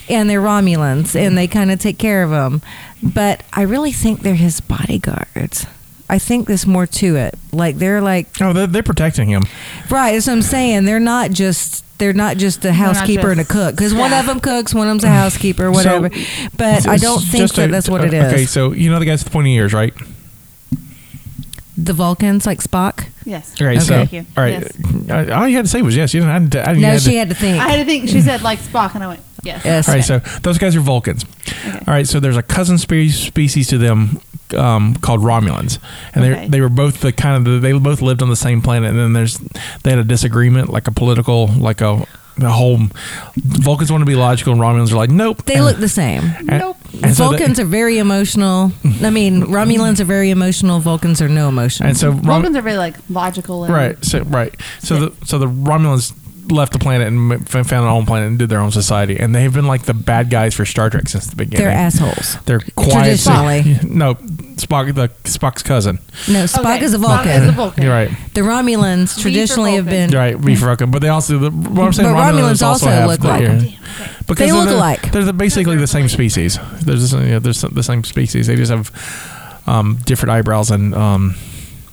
and they're Romulans, and they kind of take care of him. But I really think they're his bodyguards. I think there's more to it. Like they're like oh, they're, they're protecting him. Right, that's what I'm saying. They're not just they're not just a not housekeeper and a just- cook because one Yeah. of them cooks, one of them's a housekeeper, whatever. but Uh, I don't It's think just that a- uh, that's what it is. Okay, so you know the guys with pointy ears, right? The Vulcans, like Spock. Yes. All right, so Thank you. all right. Yes. uh, All you had to say was yes. You didn't. I didn't, I didn't No, have she to- had to think. I had to think. She said like Spock, and I went yes. yes. All right, so those guys are Vulcans. Okay. All right, so there's a cousin spe- species to them um, called Romulans, and Okay. they they were both the kind of the, they both lived on the same planet, and then there's they had a disagreement, like a political, like a the whole Vulcans want to be logical, and Romulans are like, nope. they and, look the same. and- Nope. and so they- Vulcans are very emotional. I mean, Romulans are very emotional. Vulcans are no emotional. and so Rom- Romans are very like Um, logical. And, right, so right, so the so the Romulans left the planet and m- found their own planet and did their own society, and they've been like the bad guys for Star Trek since the beginning. They're assholes. They're quiet. Traditionally. no, Spock, the Spock's cousin. No, Spock Okay, is a Spock Vulcan. is a Vulcan. You're right. The Romulans traditionally have Vulcan. been. You're right. Beef Rocket. But they also, the, what I'm saying, But Romulans, also, have look the- like yeah. them. Because They they're look the- alike. They're the, basically the same species. They're, just, you know, they're s- the same species. They just have um, different eyebrows and um,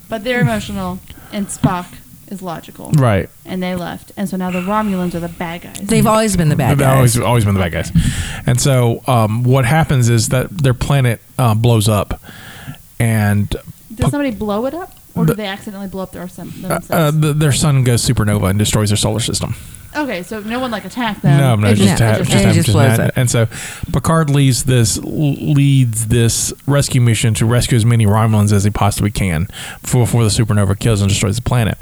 But they're emotional, and Spock is logical. Right. And they left. And so now the Romulans are the bad guys. They've always been the bad They've guys. always always been the bad guys. And so um, what happens is that their planet uh, blows up, and Did somebody blow it up? Or The- did they accidentally blow up their some, uh, themselves? uh, th their sun goes supernova and destroys their solar system. okay, so no one like attacked them. no, no, It just, just- ha- it just, just- ha- it just just blows ha- up. And so Picard leads this leads this rescue mission to rescue as many Romulans as he possibly can before, before the supernova kills and destroys the planet.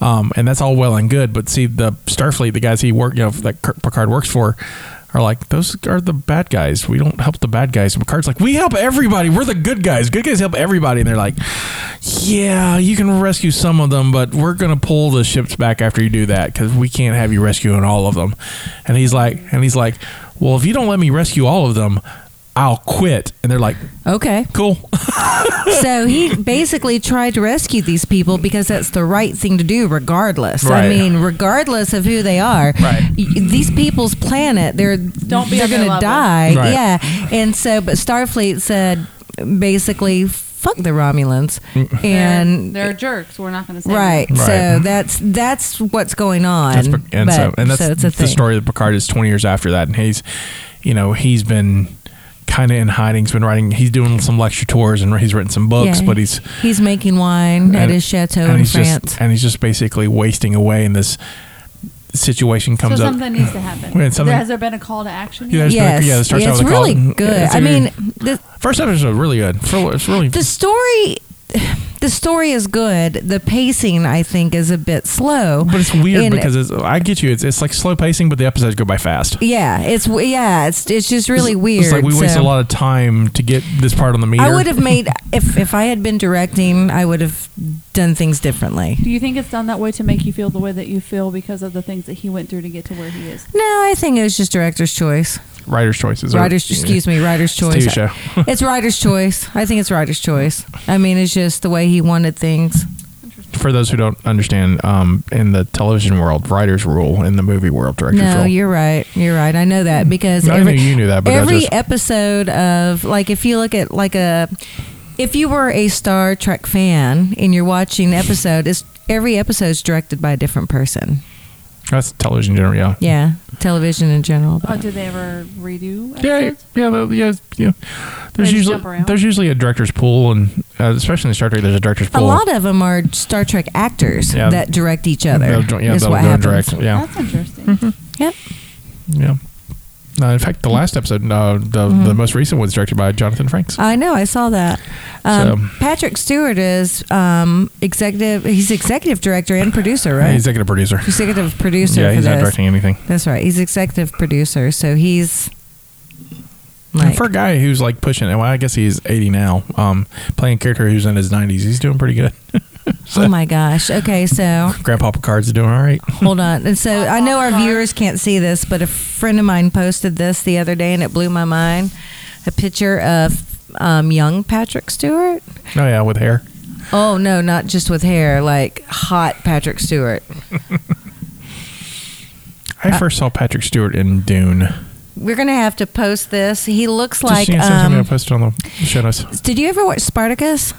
Um, and that's all well and good, but see the Starfleet, the guys he work, you know, that Kirk- Picard works for. Are like those are the bad guys. We don't help the bad guys. And Picard's like, we help everybody. We're the good guys. Good guys help everybody. And they're like, yeah, you can rescue some of them, but we're gonna pull the ships back after you do that because we can't have you rescuing all of them. And he's like, and he's like, well, if you don't let me rescue all of them, I'll quit. And they're like, okay. cool. so he basically tried to rescue these people because that's the right thing to do regardless i Right. mean regardless of who they are Right. y- these people's planet they're Don't be they're on their gonna level. die Right. yeah and so but starfleet said basically fuck the romulans They're- and they're, jerks. We're not going to say Right, Mm. Right. so that's that's what's going on. That's, Pic- and so But- and that's it's a the thing. story that Picard is twenty years after that, and he's, you know, he's been kind of in hiding. He's been writing. He's doing some lecture tours and he's written some books, Yeah. but he's he's making wine at and- his chateau and in he's France. Just, and he's just basically wasting away, and this situation So comes up. something needs to happen. Wait, something- Has there been a call to action? Yeah, yet? there's been a- yes, yeah, it starts out it's with a call. really good. It's I a- mean, the, First episode really good. It's really the story the story is good the pacing i think is a bit slow But it's weird And- because it's, I get you. It's, it's like slow pacing, but the episodes go by fast. yeah it's yeah it's it's just really It's- weird It's like we waste so- a lot of time to get this part on the meter. i would have made if if i had been directing i would have done things differently Do you think it's done that way to make you feel the way that you feel because of the things that he went through to get to where he is? no i think it was just director's choice writer's choices. writer's excuse me writer's a choice TV show. it's writer's choice i think it's writer's choice i mean it's just the way he wanted things For those who don't understand, um, in the television world, writers rule. In the movie world, directors No, rule. you're right. You're right. I know that because I knew you knew that, but I every just- episode of like if you look at like a if you were a Star Trek fan and you're watching episode, it's every episode's directed by a different person. That's television general. Yeah. Yeah, television in general. Oh, but- do they ever redo Yeah, episodes? yeah, the- yeah, yeah. There's just usually jump around. there's usually a director's pool, and uh, especially in Star Trek, there's a director's a pool. lot of them are Star Trek actors Yeah. that direct each other. They'll- yeah, is they'll what go and happens. direct, yeah. That's interesting. Mm-hmm. Yep. Yeah. Uh, in fact, the last episode, uh, the, Mm-hmm. the most recent one, was directed by Jonathan Franks. I know. I saw that. Um, So- Patrick Stewart is um, executive. He's executive director and producer, right? Executive producer. executive producer. yeah, for he's this. not directing anything. That's right. He's executive producer, so he's like For a guy who's like pushing, well, I guess he's 80 now, um, playing a character who's in his 90s, he's doing pretty good. oh my gosh. Okay, so Grandpa Picard's doing all right. Oh, hold on. And so I know our viewers can't see this, but a friend of mine posted this the other day, and it blew my mind. A picture of um, young Patrick Stewart. Oh, yeah, with hair. Oh no, not just with hair, like hot Patrick Stewart. I Uh, first saw Patrick Stewart in Dune. We're gonna have to post this. He looks Just like. seeing something I Um, posted on the show notes. did you ever watch Spartacus?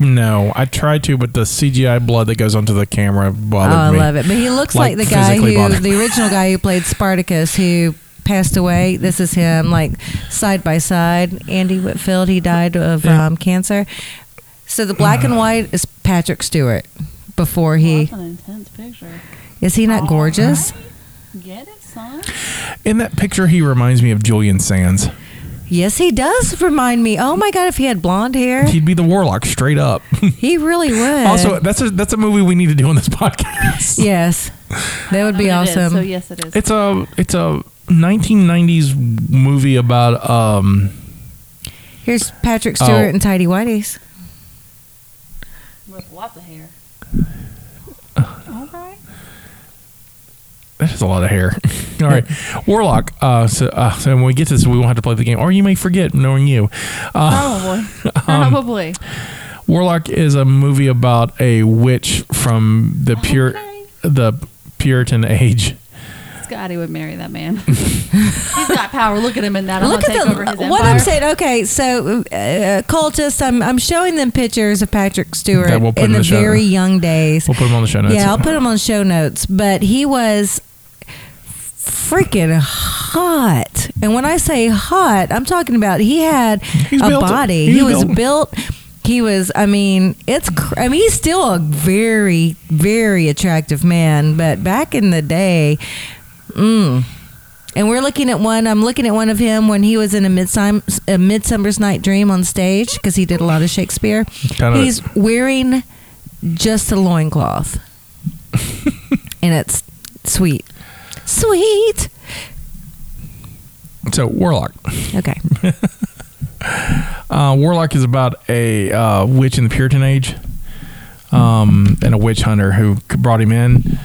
No, I tried to, but the CGI blood that goes onto the camera bothered oh, I me. love it. But he looks like, Like, the guy physically who, bothered. the original guy who played Spartacus, who passed away. This is him, like side by side. Andy Whitfield, he died of Yeah. um, cancer. So the black and white is Patrick Stewart. Before he That's an intense picture. is he not gorgeous? Get it, son? In that picture, he reminds me of Julian Sands. Yes, he does remind me. Oh my god, if he had blonde hair, He'd be the warlock straight up. he really would. also, that's a that's a movie we need to do on this podcast. yes, that would be Oh, It is, awesome. so yes, it is. It's a it's a 1990s movie about um Here's Patrick Oh. Stewart and Tidy Whitey's. With lots of hair. Uh, Okay. that is a lot of hair. All right, Warlock. Uh, so, uh, so when we get to this, we won't have to play the game, or you may forget, knowing you. uh, Probably. Oh, um, Probably. Warlock is a movie about a witch from the pure Okay. the Puritan age. It's God, he would marry that man. He's got power. Look at him in that. I'm Look gonna take over at his the empire. what I'm saying. Okay, so uh, cultists. I'm I'm showing them pictures of Patrick Stewart Yeah, we'll put in in the, the show. very young days. We'll put them on the show notes. Yeah, I'll put them on show notes. But he was freaking hot, and when I say hot, I'm talking about he had He's a built. body. He's he was built. built. He was. I mean, it's. cr- I mean, he's still a very, very attractive man. But back in the day, mm, and we're looking at one. I'm looking at one of him when he was in a midsummer, a Midsummer's Night Dream on stage because he did a lot of Shakespeare. Kinda- He's wearing just a loincloth, and it's sweet, sweet. So warlock. Okay, Uh, warlock is about a uh, witch in the Puritan age, um, and a witch hunter who c- brought him in.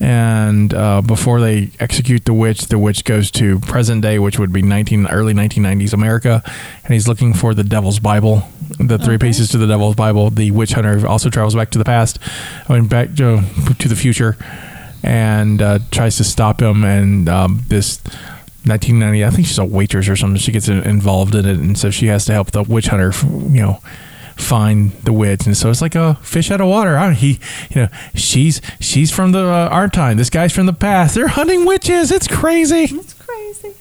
And uh, before they execute the witch, the witch goes to present day, which would be nineteen early nineteen nineties America, and he's looking for the Devil's Bible, the three pieces to the Devil's Bible. The witch hunter also travels back to the past, I mean back to, to the future, and uh, tries to stop him. And um, this 1990, I think she's a waitress or something. She gets in- involved in it, and so she has to help the witch hunter, f- you know, find the witch. And so it's like a fish out of water. I he, you know, she's she's from the uh, our time. This guy's from the past. They're hunting witches. It's crazy. That's crazy.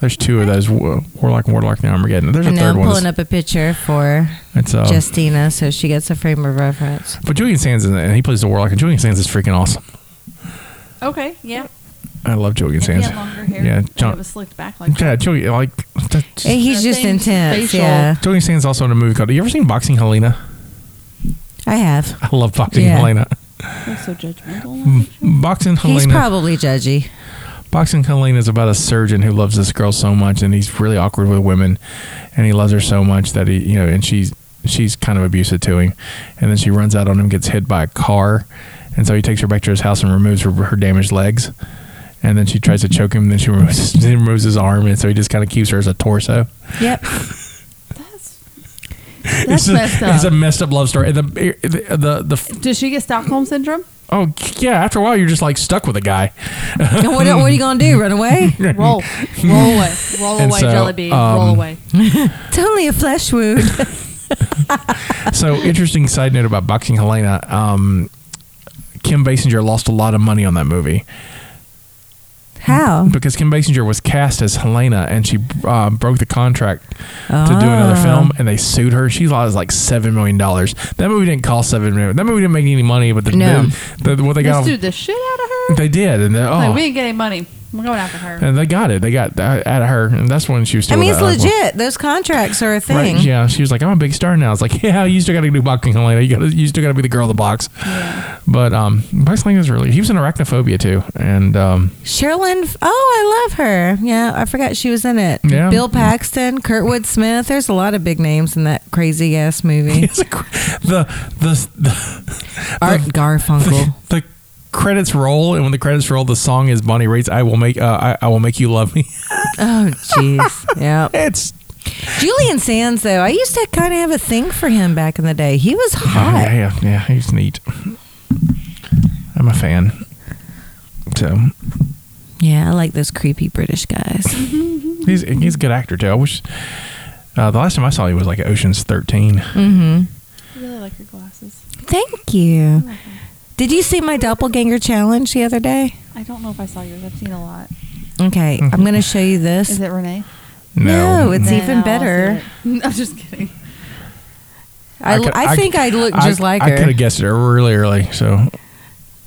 There's two of those Wa- warlock and warlock. Now Armageddon. There's a and now third I'm one. pulling up a picture for It's uh, Justina so she gets a frame of reference. but Julian Sands is in it, and he plays the warlock, and Julian Sands is freaking awesome. Okay, yeah. I love Julian And he Sands. had longer hair. Yeah, and John- it was slicked back like that. Yeah, Julian like. that's- And he's The just same intense. facial- Yeah, Julian Sands also in a movie called. You ever seen Boxing Helena? I have. I love Boxing Yeah. Helena. That's so judgmental. on M- that show. Boxing Helena. He's probably judgy. Boxing Helena is about a surgeon who loves this girl so much, and he's really awkward with women, and he loves her so much that he, you know, and she's she's kind of abusive to him, and then she runs out on him, gets hit by a car, and so he takes her back to his house and removes her, her damaged legs, and then she tries to choke him, and then she removes, then removes his arm, and so he just kind of keeps her as a torso. Yep. That's, it's that's a, messed up. It's a messed up love story. And The, the the the Does she get Stockholm syndrome? oh yeah, after a while you're just like stuck with a guy. And what, what are you gonna do? Run away? Roll, roll away, roll And away, so, Jelly Bean, roll um, away. It's only a flesh wound. so interesting side note about boxing helena um, kim basinger lost a lot of money on that movie How? because kim basinger was cast as helena and she uh, broke the contract to do Ah. another film and they sued her she lost like $7 million that movie didn't cost $7 million that movie didn't make any money but the, No. the, what they got Let's do the shit out of her. they did and they, oh, Like, we didn't get any money. We're going after her. and they got it they got that out of her and that's when she I was still mean, with uh, it's that other one. legit. Those contracts are a thing. Right, yeah, she was like, "I'm a big star now." It's like, "Yeah, you still got to do boxing, Helena. You got to, you still got to be the girl in the box." Yeah. But um, Bryce Lee was really, he was in Arachnophobia too. And um, Sherilyn, oh, I love her. Yeah, I forgot she was in it. Yeah. Bill Paxton, Kurtwood Smith. There's a lot of big names in that crazy ass movie. it's a cr- the, the, the, Art Garfunkel. the, the credits roll. And when the credits roll, the song is Bonnie Raitt's I Will Make, uh, I, I Will Make You Love Me. oh, jeez. Yeah. It's, Julian Sands, though, I used to kind of have a thing for him back in the day. He was hot. Oh, yeah, yeah, yeah, he's neat. I'm a fan. So Yeah, I like those creepy British guys. he's, he's a good actor too. I wish, uh, the last time I saw him was like Ocean's 13. Mm. I really like your glasses. Thank Hmm. you. Did you see my doppelganger challenge the other day? I don't know if I saw yours. I've seen a lot. Okay, Mm-hmm. I'm going to show you Is this. it Renee? No, it's Then even I'll better. see it. I'm just kidding. I, could- I think I look just like I could her. have guessed it really early. So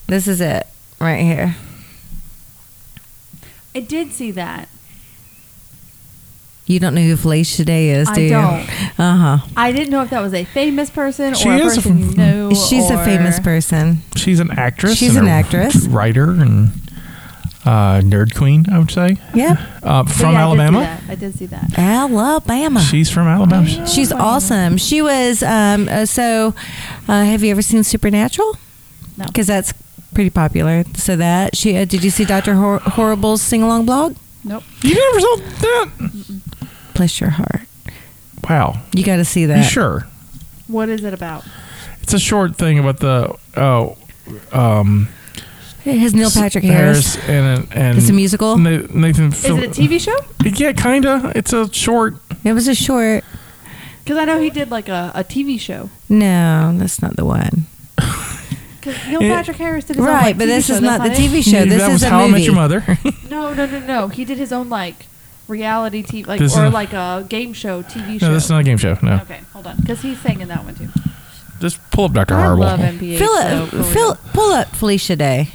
This is it right here. I did see that. You don't know who Felicia Day is, I do you? don't. Uh huh. I didn't know if that was a famous person She or a is a person you f- know. She's a or- famous person. she's an actress. She's and an a actress. writer, and uh, nerd queen. I would say Yeah. uh, But from yeah, Alabama. Uh, I did see that. I did see that. Alabama. She's from Alabama. She's awesome. She was, um, uh, so uh, have you ever seen Supernatural? No. Because that's pretty popular. So that, she, uh, did you see Dr. Hor- Horrible's sing along blog? Nope. You never saw that? Bless your heart. Wow. You got to see You that. sure? What is it about? It's a short thing about the oh, um, His Neil Patrick Harris. and, and It's a musical? Na- Nathan. Is it a TV show? Yeah, kinda. It's a short. It was a short. Because I know he did like a, a TV show. No, that's not the one. Because Neil It- Patrick Harris did his own Right, like, but TV this show. is That's not the it? TV show. This that is was a How I Met movie. Your Mother. No, no, no, no. He did his own like reality TV, like This or is- like a game show TV show. no, that's not a game show. No, Okay, hold on, because he sang in that one too. just pull up Doctor I Horrible. love MPH. Fill so up, for fill, real. pull up Felicia Day.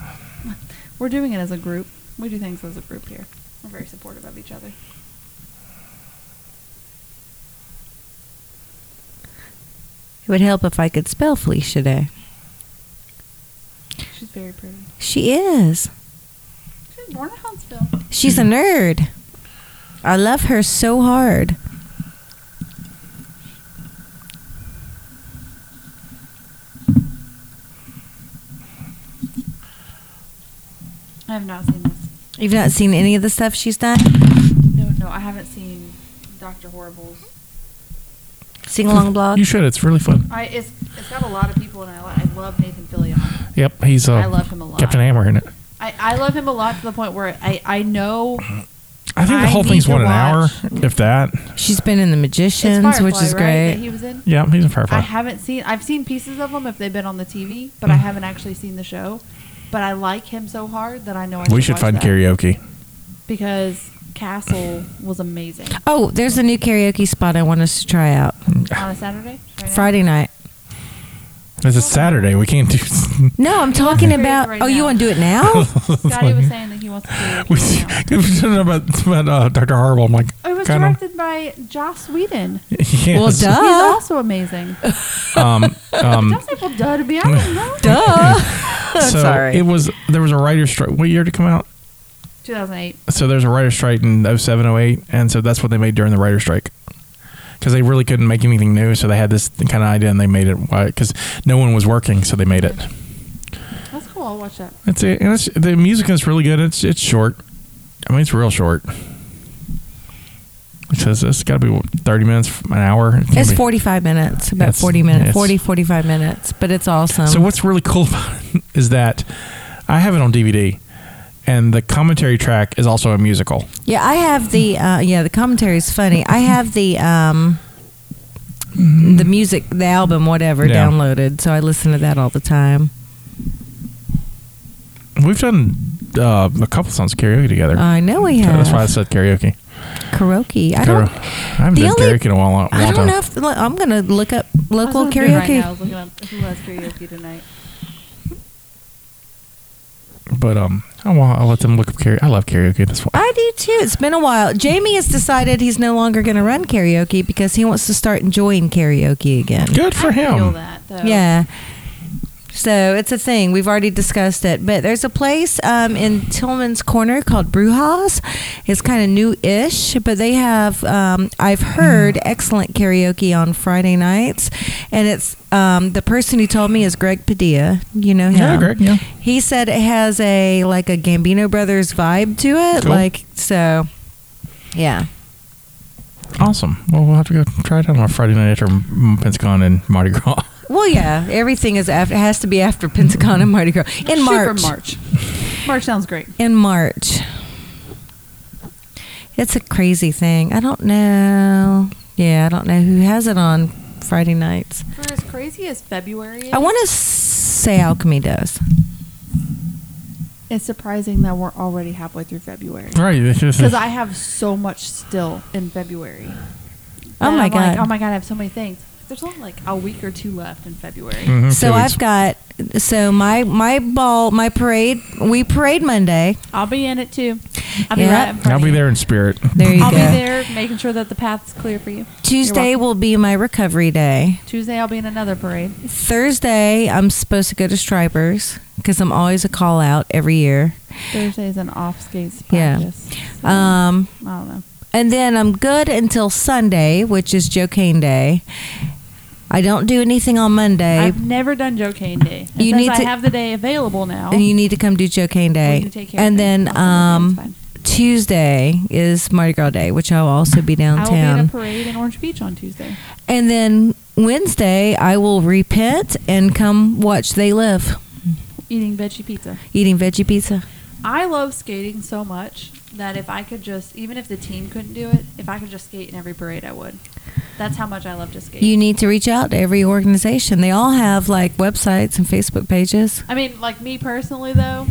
We're doing it as a group. We do things as a group here. We're very supportive of each other. It would help if I could spell Felicia Day. She's very pretty. She is. She was born in Huntsville. She's a Hmm. nerd. I love her so hard. I have not seen this. You've not seen any of the stuff she's done? No, no, I haven't seen Doctor Horrible's. Sing along blog? You should. It's really fun. I it's it's got a lot of people, and I li- I love Nathan Fillion. Yep, he's. Uh, I love him a lot. Captain Hammer in it. I, I love him a lot to the point where I, I know I think the I whole need thing's to what an hour, watch- if that. She's been in The it's Magicians, Firefly, which is right, that great. he was in. Yeah, he's a I firefly. haven't seen. I've seen pieces of them if they've been on the TV, but I Mm. haven't actually seen the show. But I like him so hard that I know I we should watch find that. karaoke. because Castle was amazing Oh, there's a new karaoke spot I want us to try out. on a Saturday. Right now? Friday night. It's a Saturday. We can't do. No, I'm talking karaoke about. right oh, you now. want to do it now? Scotty was saying that he wants to do we it. right now. we don't know about, about uh, Doctor Horrible. I'm like, Oh, It was kinda- directed by Joss Whedon. Well, Yes. duh. He's also amazing. Um, um, Don't say well, duh to me. I don't know. Duh. I'm so sorry. it was there was a writer's strike. What year did it come out? 2008. So there's a writer's strike in 07, 08, and so that's what they made during the writer's strike. Because they really couldn't make anything new, so they had this kind of idea, and they made it because no one was working, so they made it. That's cool. I'll watch that. It's it, and it's the music is really good. It's it's short. I mean, it's real short. It says it's got to be what, thirty minutes, an hour. It can't It's be- 45 minutes, about That's- 40 minutes, it's- 40, 45 minutes, but it's awesome. So what's really cool about it is that I have it on DVD, and the commentary track is also a musical. yeah, I have the, uh, yeah, the commentary is funny. I have the, um, the music, the album, whatever, Mm-hmm. Yeah. downloaded. So I listen to that all the time. We've done uh, a couple songs karaoke together. I know we So have. that's why I said karaoke. karaoke. I Kara- don't. I haven't the done only- karaoke in a while. long I don't time. know if look, I'm gonna look up local That's what I'm doing karaoke. Right now. I was looking up who has karaoke tonight. but um, I want. I'll let them look up karaoke. I love karaoke. That's why. I do too. It's been a while. Jamie has decided he's no longer gonna run karaoke because he wants to start enjoying karaoke again. Good for I feel him. that though. Yeah. So it's a thing. We've already discussed it, but there's a place um, in Tillman's Corner called Brujas. It's kind of new-ish, but they have um, I've Mm. heard excellent karaoke on Friday nights, and it's um, the person who told me is Greg Padilla. You know him. Yeah, Greg, yeah. He said it has a like a Gambino Brothers vibe to it. Cool. Like so, yeah. Awesome. Well, we'll have to go try it out on a Friday night after M- Pensacon and Mardi Gras. Well, yeah. Everything is after has to be after Pensacon and Mardi Gras in Shoot March. For March. March sounds great. in March. It's a crazy thing. I don't know. Yeah, I don't know who has it on Friday nights. For as crazy as February, is, I want to say Alchemy does. it's surprising that we're already halfway through February. Right. Because I have so much still in February. Oh And my I'm like, god. oh my god! I have so many things. There's only like a week or two left in February. Mhm, So two I've weeks. got so my my ball my parade we parade Monday. I'll be in it too. I'll be Yep. right. up front I'll of be you. there in spirit. There you I'll go. be there, making sure that the path's clear for you. Tuesday You're welcome. will be my recovery day. Tuesday, I'll be in another parade. Thursday I'm supposed to go to Stripers because I'm always a call out every year. Thursday's an off skates Yeah. practice. so Um, I don't know. And then I'm good until Sunday, which is Joe Kane Day. I don't do anything on Monday, I've never done Joe Kane Day. And You since need I to- have the day available now. and you need to come do Joe Kane We Day. can take care of And it. then I'll come with you. um, It's Tuesday is Mardi Gras Day, which I'll also be I will be at a downtown. parade in Orange Beach on Tuesday. And then Wednesday, I will repent and come watch They Live. eating veggie pizza. Eating veggie pizza. I love skating so much that if I could just, even if the team couldn't do it, if I could just skate in every parade, I would. That's how much I love to skate. You need to reach out to every organization. They all have like websites and Facebook pages. I mean, like me personally, though,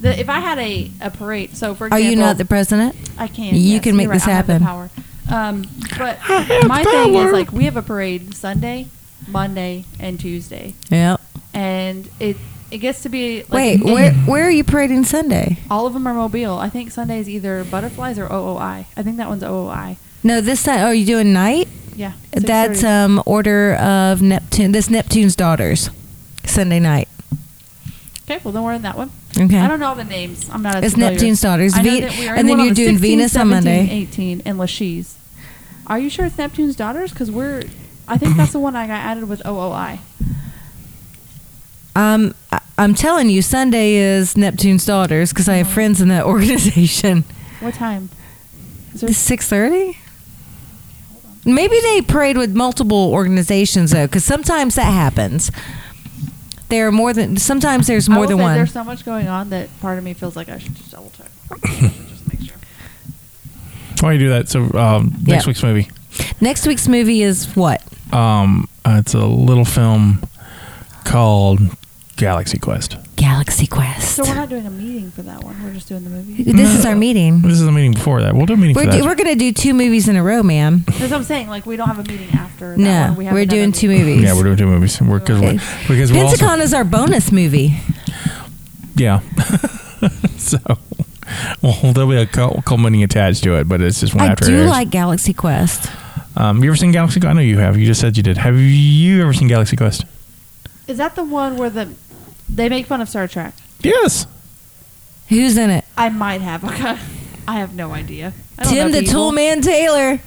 the, if I had a, a parade, so for Are example, you not the president? I can. You yes, can make you're this I have the happen. power. Um, but I have my thing power. is like we have a parade Sunday, Monday, and Tuesday, Yep. and it it gets to be like, Wait, it- where where are you parading Sunday? All of them are mobile. I think Sunday is either butterflies or OOI. I think that one's OOI. No, this time. Oh, you doing night? Yeah, That's 6:30. um order of Neptune. This Neptune's daughters. Sunday night. Okay, well then we're in that one. Okay. I don't know the names. I'm not as It's familiar. Neptune's Daughters. I know Ve- that we are and in then one on you're the doing Venus on 16, Monday. 17, 18 and Lachey's. Are you sure it's Neptune's Daughters? Because we're. I think that's the one I got added with OOI. Um, I, I'm telling you, Sunday is Neptune's daughters because I Uh-huh. have friends in that organization. What time? Is there, Six thirty. Maybe they parade with multiple organizations though, because sometimes that happens. There are more than sometimes there's I more will than say one. There's so much going on that part of me feels like I should just double check. just make sure. Why do you do that? So um, next Yeah. week's movie. Next week's movie is what? Um, uh, it's a little film called Galaxy Quest. Galaxy Quest. So we're not doing a meeting for that one. We're just doing the movie. this is our meeting. This is a meeting before that. We'll do a meeting We're, for that. do, we're gonna do two movies in a row, ma'am. That's what I'm saying. Like we don't have a meeting after. That No, one. We have we're another doing two meeting. movies. yeah, we're doing two movies. We're, cause we're, Okay. because we're also- Pensacon is our bonus movie. yeah. so, well, there'll be a cul- culminating attached to it, but it's just one I after it do airs. like Galaxy Quest. Um, you ever seen Galaxy Quest? I know you have. You just said you did. Have you ever seen Galaxy Quest? Is that the one where the they make fun of Star Trek? Yes. Who's in it? I might have. Okay. I have no idea. I don't Tim know the Tool people. Man Taylor.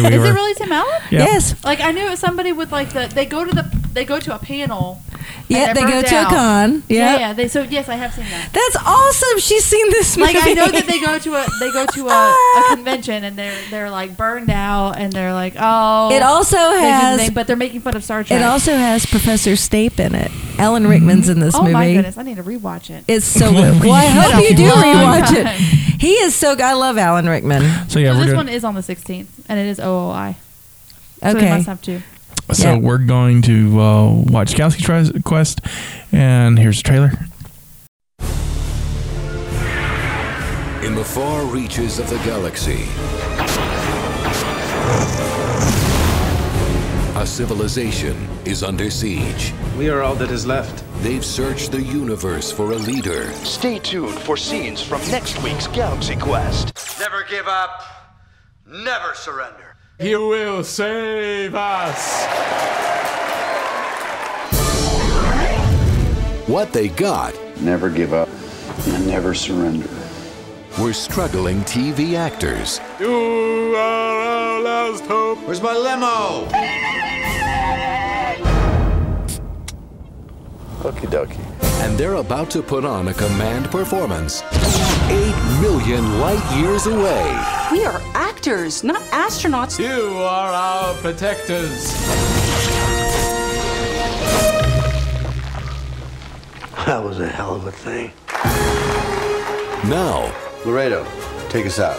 Is it Weaver. really Tim Allen? Yeah. Yes. Like I knew it was somebody with like the they go to the they go to a panel. and Yeah, they're they go burned to a out. con. Yeah, Yeah. yeah. They so yes, I have seen that. That's awesome. She's seen this movie. Ah. Like I know that they go to a they go to a, a convention and they're they're like burned out and they're like oh It also they do the has- thing, but they're making fun of Star Trek. It also has Professor Snape in it. Alan Rickman's in this oh movie. my goodness, I need to rewatch it. It's so good. Well, I hope It's been you a do long rewatch it. time. He is so good. I love Alan Rickman. So yeah, so we're this doing, one is on the 16th and it is OOI. So we Okay. must have two. so yeah. we're going to uh, watch Galaxy Tri- Quest, and here's the trailer. In the far reaches of the galaxy, a civilization is under siege. We are all that is left. They've searched the universe for a leader, Stay tuned for scenes from next week's Galaxy Quest. Never give up. Never surrender. He will save us. what they got Never give up and never surrender. were struggling TV actors You are our last hope. Where's my limo? Okie dokie. and they're about to put on a command performance 8 million light years away We are actors, not astronauts. You are our protectors. That was a hell of a thing. now Laredo, take us out.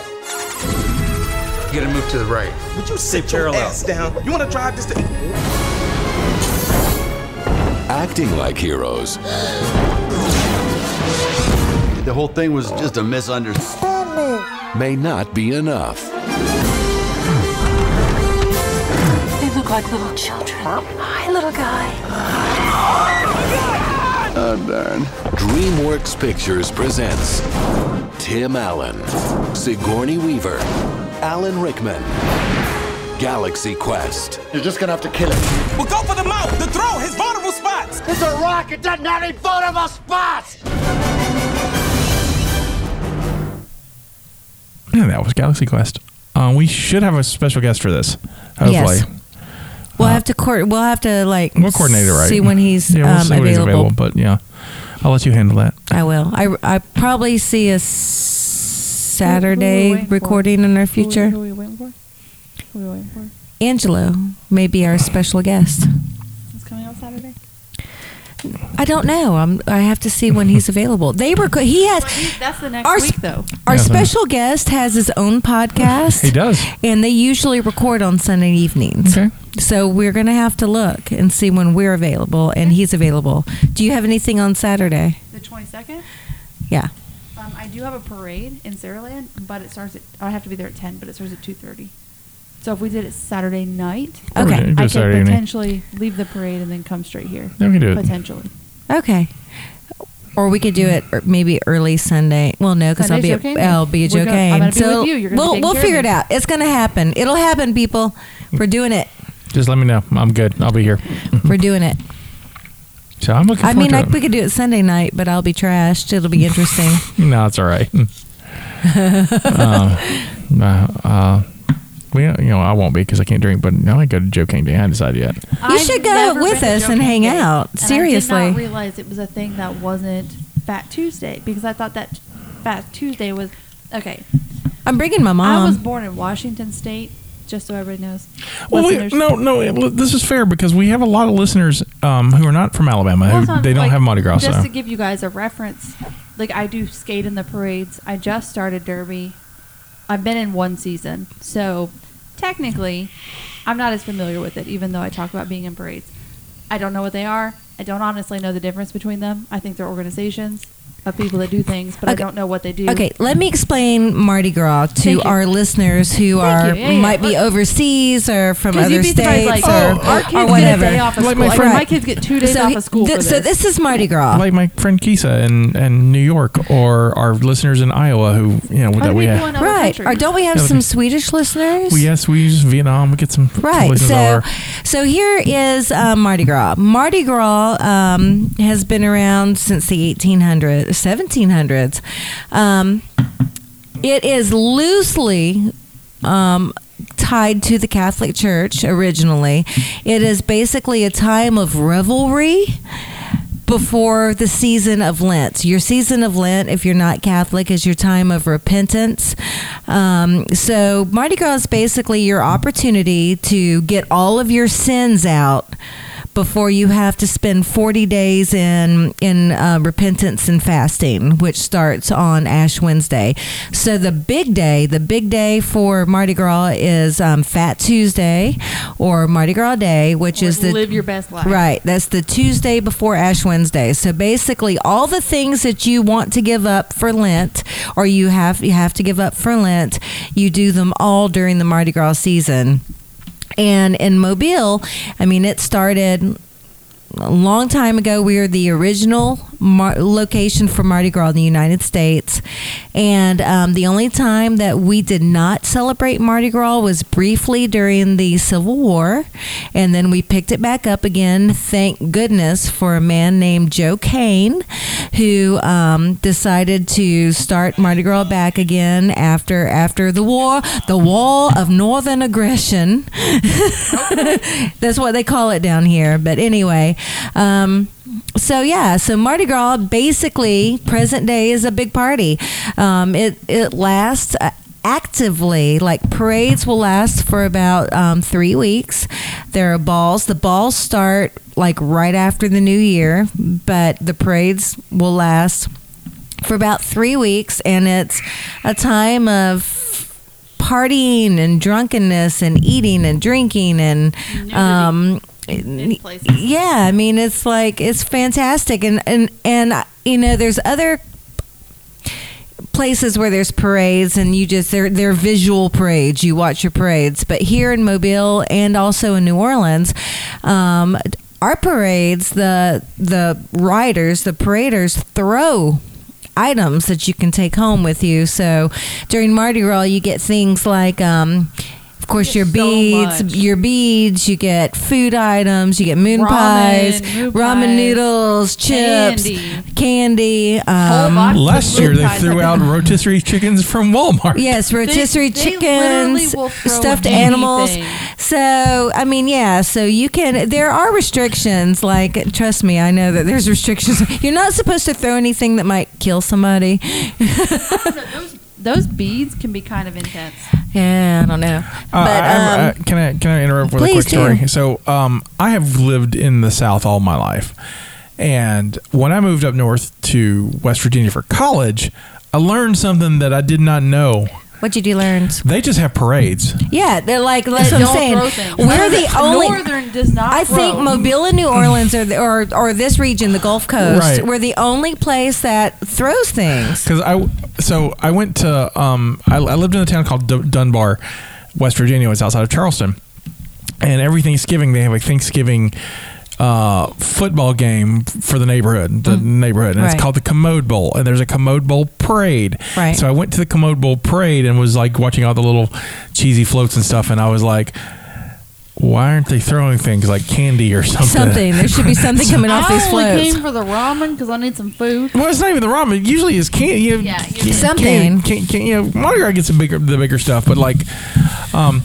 You gotta move to the right. Would you sit your ass down? You want to drive this thing? acting like heroes The whole thing was just a misunderstanding. may not be enough They look like little children. Hi, little guy. Oh, darn. DreamWorks Pictures presents Tim Allen, Sigourney Weaver, Alan Rickman, Galaxy Quest. You're just gonna have to kill him. Well, go for the mouth, the throat, his vulnerable spots. It's a rocket that not even vulnerable spots! Yeah, that was Galaxy Quest. Uh, we should have a special guest for this. Hopefully, Yes. We'll have to coor- We'll have to like. we'll coordinate it right. See when he's yeah, we'll um, see when available. he's available. But yeah, I'll let you handle that. I will. I I probably see a s- Saturday waiting for? recording in our future. Who, we- who we waiting for? Who we waiting for? Angelo may be our special guest. It's coming out Saturday. I don't know. I'm, I have to see when he's available. They were. co- He has. That's the next Our week, sp- though. Our Yeah, so- special guest has his own podcast. He does. and they usually record on Sunday evenings. Okay. So we're gonna have to look and see when we're available and he's available. Do you have anything on Saturday? The 22nd. Yeah. Um, I do have a parade in Saraland, but it starts at. I have to be there at 10, but it starts at 2:30. So if we did it Saturday night, Yeah, we Okay. can do I could Saturday evening. potentially leave the parade and then come straight here. Yeah, we can do it. Potentially. Okay. Or we could do it or maybe early Sunday. Well, no, because I'll be Sunday's at, your game. I'll be at We're your gonna- I'm game. gonna be so with you. You're gonna be we'll taking we'll care of figure it me. out. It's gonna happen. It'll happen, people. We're doing it. Just let me know. I'm good. I'll be here. We're doing it. So I'm looking I forward mean, to like it. we could do it Sunday night, but I'll be trashed. It'll be interesting. No, it's all right. Uh, uh, uh, we, you know, I won't be because I can't drink. But now I go to Joe King Day. I haven't decided yet. You I've should go never with been to us Joe and hang King Day, out. and I did Seriously. not realize it was a thing that wasn't Fat Tuesday because I thought that Fat Tuesday was okay. I'm bringing my mom. I was born in Washington State, just so everybody knows. Well, we, Listeners- no, no. it- This is fair because we have a lot of listeners um, who are not from Alabama. Well, who, that's not- they don't like, have Mardi Gras. Just so. to give you guys a reference, like I do skate in the parades. I just started derby. I've been in one season, so technically, I'm not as familiar with it. Even though I talk about being in parades, I don't know what they are. I don't honestly know the difference between them. I think they're organizations of people that do things, but Okay. I don't know what they do. Okay, let me explain Mardi Gras Thank to you. our listeners who Thank you. are Yeah, yeah. might be Let- overseas or from 'Cause you'd other be surprised, states or, like, oh, our kids get or a whatever. day off of Like my school. Like, friend- my kids get two days so off he- of school th- for So this. this is Mardi Gras. like my friend Kisa in, in New York, or our listeners in Iowa who you know that do we people have. in other right. Or countries? don't we have Yeah, some okay. Swedish listeners? Well, yes, we use Vietnam. We get some Right. listeners all So, over. so here is uh, Mardi Gras. Mardi Gras um, has been around since the 1800s, 1700s. Um, it is loosely um, tied to the Catholic Church originally. It is basically a time of revelry before the season of Lent. Your season of Lent, if you're not Catholic, is your time of repentance. Um, so Mardi Gras is basically your opportunity to get all of your sins out before you have to spend 40 days in in uh, repentance and fasting which starts on ash wednesday so the big day the big day for mardi gras is um, fat tuesday or mardi gras day which Or is the live your best life. uh, Right. That's the Tuesday before Ash Wednesday. So basically all the things that you want to give up for Lent or you have you have to give up for Lent, you do them all during the Mardi Gras season. And in Mobile, I mean it started a long time ago we were the original mar- location for mardi gras in the united states and um, the only time that we did not celebrate mardi gras was briefly during the civil war and then we picked it back up again thank goodness for a man named joe kane who um, decided to start mardi gras back again after after the war the wall of northern aggression that's what they call it down here. But anyway, um, so yeah, so Mardi Gras basically present day is a big party. Um, it it lasts. Uh, Actively, like parades will last for about um, three weeks. There are balls. The balls start like right after the new year, but the parades will last for about three weeks, and it's a time of partying and drunkenness and eating and drinking and um In places. yeah i mean it's like it's fantastic and and and uh, you know there's other places where there's parades and you just they're they're visual parades you watch your parades but here in mobile and also in new orleans um our parades the the riders the paraders throw items that you can take home with you so during mardi gras you get things like um of course, your get so beads, much. your beads. You get food items. You get moon Ramen, pies, moon ramen pies, noodles, chips, candy. candy. Whole Um, box of Last year moon they pies. threw out rotisserie chickens from Walmart. Yes, rotisserie they literally chickens, will throw stuffed anything. animals. So, I mean, yeah, so you can, there are restrictions. Like, trust me, I know that there's restrictions. You're not supposed to throw anything that might kill somebody. Those, those beads can be kind of intense. Yeah, I don't know. Uh, but, I'm- um, uh, can I can I interrupt with a please quick story? do. So um, I have lived in the South all my life, And when I moved up north to West Virginia for college, I learned something that I did not know. What did you learn? They just have parades. Yeah, they're like, like So I'm don't saying, throw things. we're the only. Northern does not. I think grow. Mobile and New Orleans are the, or or this region, the Gulf Coast, Right. we're the only place that throws things. Because I so I went to um I, I lived in a town called D- Dunbar, West Virginia. It's outside of Charleston, and every Thanksgiving they have a Thanksgiving uh football game for the neighborhood the neighborhood and Mm-hmm. Right. it's called the commode bowl and there's a commode bowl parade Right. so i went to the commode bowl parade and was like watching all the little cheesy floats and stuff and i was like why aren't they throwing things like candy or something Something there should be something coming off I these only floats. came for the ramen because I need some food. Well, it's not even the ramen. Usually, it's can you know, Yeah, can- Something. Can, can, can, you know, Mardi Gras gets the bigger the bigger stuff, but like, um,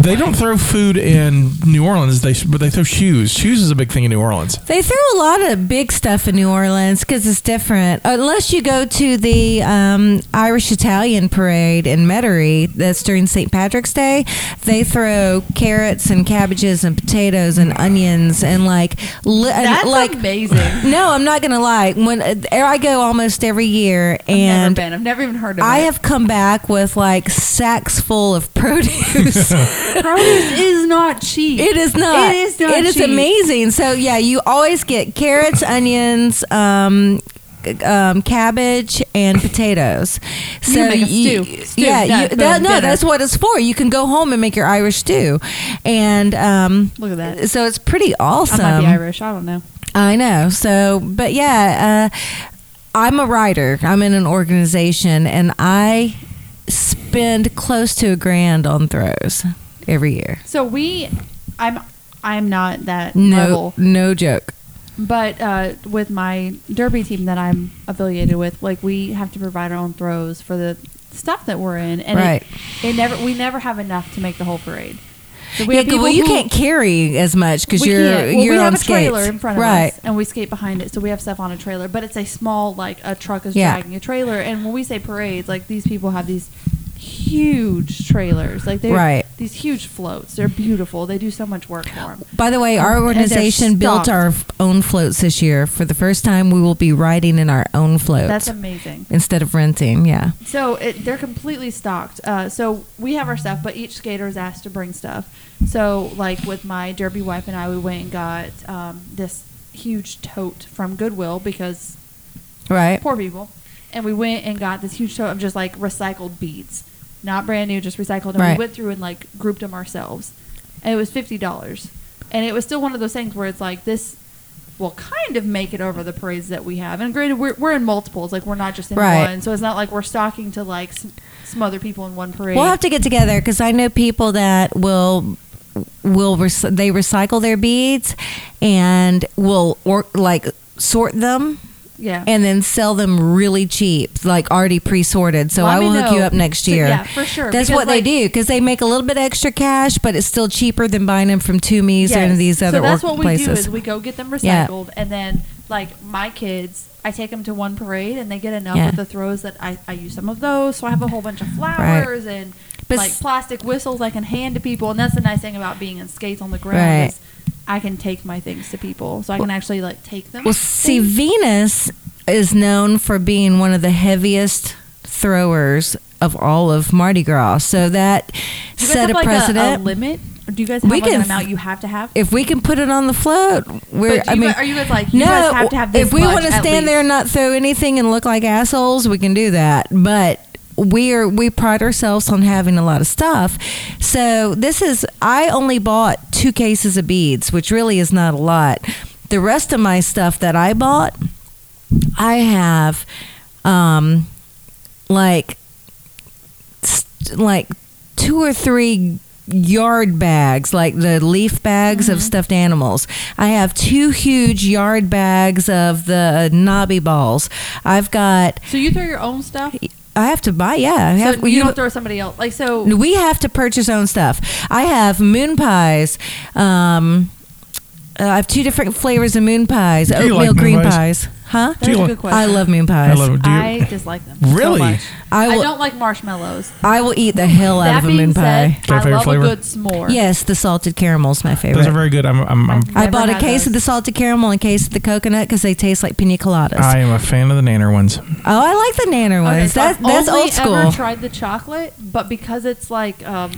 they don't throw food in New Orleans. They but they throw shoes. Shoes is a big thing in New Orleans. They throw a lot of big stuff in New Orleans because it's different. Unless you go to the um, Irish Italian parade in Metairie, that's during St. Patrick's Day. They throw carrots and cabbages and potatoes and onions and like li- and, That's like amazing. No, I'm not gonna lie. When uh, I go almost every year, Never and been. I've never even heard of I it. have come back with like sacks full of produce. Produce is not cheap. It is not. It is not It is cheap. amazing. So yeah, you always get carrots, onions, um, um, cabbage, and potatoes. So You can make a you- stew. Stew, yeah, done, you, boom, that, no, dinner. that's what it's for. You can go home and make your Irish stew, and um, Look at that. So it's pretty awesome. I might be Irish. I don't know. I know. So, but yeah, uh, I'm a writer. I'm in an organization, and I spend close to a grand on throws every year. So we, I'm, I'm not that No, level. no joke. But uh, with my derby team that I'm affiliated with, like we have to provide our own throws for the stuff that we're in, and it- Right. it, never we never have enough to make the whole parade. So yeah, have 'cause- well, people you who- can't carry as much because we you're can't- well, you're we on have a skates. trailer in front of right. us, and we skate behind it, so we have stuff on a trailer. But it's a small, like a truck is Yeah. dragging a trailer, and when we say parades, like these people have these huge trailers, like they're Right. these huge floats. They're beautiful. They do so much work for them. By the way, And our they're organization built stocked. our f- own floats this year. For the first time, we will be riding in our own floats That's amazing. instead of renting. Yeah. So it, they're completely stocked. Uh, so we have our stuff, but each skater is asked to bring stuff. So, like with my derby wife and I, we went and got um, this huge tote from Goodwill because Right. poor people. And we went and got this huge tote of just like recycled beads, not brand new, just recycled. And Right. we went through and like grouped them ourselves, and it was fifty dollars. And it was still one of those things where it's like this will kind of make it over the parades that we have. And granted, we're, we're in multiples, like we're not just in Right. one, so it's not like we're stocking to like sm- smother people in one parade. We'll have to get together because I know people that will will rec- they recycle their beads and will or like sort them yeah. and then sell them really cheap, like already pre-sorted. So Let I me will hook know. you up next So, year. yeah, for sure, That's because, what like- they do because they make a little bit extra cash, but it's still cheaper than buying them from Toomey's or Yes. any of these other so that's or- what we places. do is we go get them Yeah. recycled and then like my kids i take them to one parade and they get enough Yeah. of the throws that I, I use some of those so i have a whole bunch of flowers and But like s- plastic whistles i can hand to people and that's the nice thing about being in skates on the ground Right. is i can take my things to people so i can actually like take them Well, see, Venus is known for being one of the heaviest throwers of all of Mardi Gras. So that Do you guys set have, a like, precedent. a limit Or do you guys have We like, can an f- amount you have to have if we can put it on the float, we're. But do I you mean, guys- are you guys like, you guys have to have this if we much wanna at stand there and not throw anything and look like assholes, we can do that. But we are we pride ourselves on having a lot of stuff. So this is I only bought two cases of beads, which really is not a lot. The rest of my stuff that I bought, I have, um, like, st- like two or three yard bags, like the leaf bags Mm-hmm. of stuffed animals. I have two huge yard bags of the knobby balls. I've got. so you throw your own stuff I have to buy. Yeah, I have, so you, you- don't throw somebody else like so we have to purchase own stuff. I have moon pies. Um, uh, I have two different flavors of moon pies: Do you oatmeal like moon green pies? pies. Huh? That's a good question. I love moon pies. I love- do you- I dislike them so Really? much. I, I will, don't like marshmallows. I will eat the hell That out of a being moon pie. said, I love a good s'more. Yes, the salted caramel is my favorite. Those are very good. I'm, I'm, I'm I bought a had case of the salted caramel and a case of the coconut because they taste like pina coladas. I am a fan of the nanner ones. oh, I like the nanner Okay, ones. so That's I've that's only old school. Ever tried the chocolate, but because it's like um,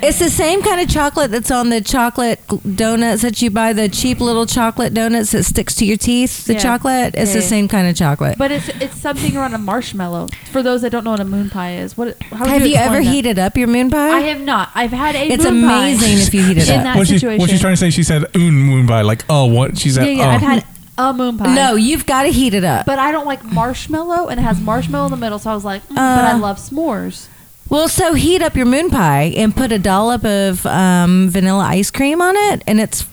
It's the same kind of chocolate that's on the chocolate donuts that you buy, the cheap little chocolate donuts that sticks to your teeth. The Yeah. chocolate it's Yeah, the yeah. same kind of chocolate. but it's it's something around a marshmallow. For those that don't know what a moon pie is, what how would have you, explain ever that? heated up your moon pie? I have not. I've had a. It's moon pie amazing if you heat it in up. that what, she, situation. what she's trying to say, she said un moon pie. Like, oh, what? She said, yeah, yeah. I've oh. had a moon pie. No, you've got to heat it up. but I don't like marshmallow, and it has marshmallow in the middle. So I was like, mm, but I Uh, love s'mores. Well, so heat up your moon pie and put a dollop of um, vanilla ice cream on it, and it's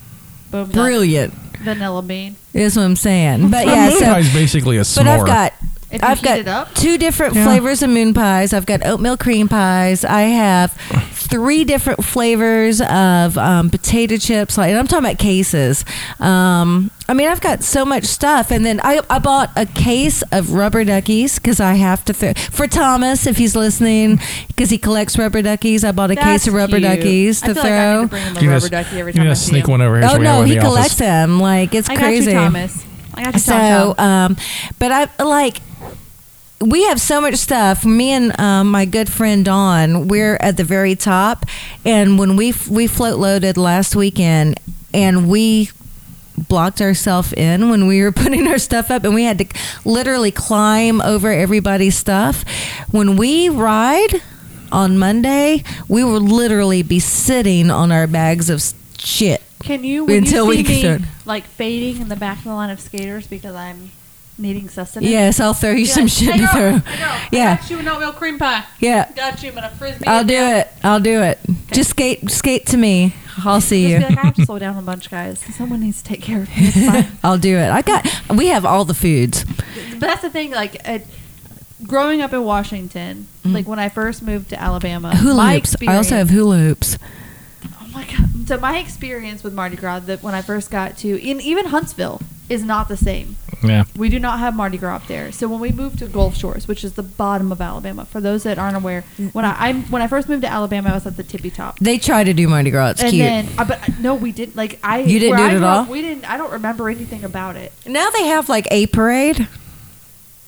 Boom, done. brilliant. vanilla bean. Is what I'm saying. But A yeah, moon so pie is basically a But I've s'more. got. If you I've heat it got up? two different Yeah. flavors of moon pies. I've got oatmeal cream pies. I have three different flavors of um, potato chips. Like, and I'm talking about cases. Um, I mean, I've got so much stuff. And then I, I bought a case of rubber duckies because I have to. Th- for Thomas, if he's listening, because he collects rubber duckies, I bought a case That's of rubber cute. duckies I to feel like I need throw. to bring him a You rubber just- ducky every you time I gotta see sneak him. one over here. so oh we have no, one in he the collects office. them. Like it's I got crazy. you, Thomas. I got you, so Tom. Tom. um but i like we have so much stuff me and um, my good friend dawn we're at the very top and when we we float loaded last weekend and we blocked ourselves in when we were putting our stuff up and we had to literally climb over everybody's stuff when we ride on monday we will literally be sitting on our bags of shit Can you when Until you we see can- me, like fading in the back of the line of skaters because I'm needing sustenance? yes i'll throw you Be some like, shit hey, to girl, throw hey, girl, I yeah got you an oatmeal cream pie. yeah Got you, but a frisbee. I'll do it. I'll do it. Just skate, skate to me. I'll see you. Just be like, I have to slow down a bunch, guys. Someone needs to take care of me. It's fine. I'll do it. I got. We have all the foods. but that's the thing. Like, uh, growing up in Washington, like when I first moved to Alabama, Hula my hoops. Mm. I also have experience- hula hoops. Oh my god! So my experience with Mardi Gras that when I first got to, and even Huntsville is not the same. Yeah. We do not have Mardi Gras up there. So when we moved to Gulf Shores, which is the bottom of Alabama, for those that aren't aware, when I I'm, when I first moved to Alabama, I was at the tippy top. They try to do Mardi Gras. It's and cute. then, uh, but uh, no, we didn't. Like I, You didn't where do it I at grew up, all? We didn't. I don't remember anything about it. now they have like a parade.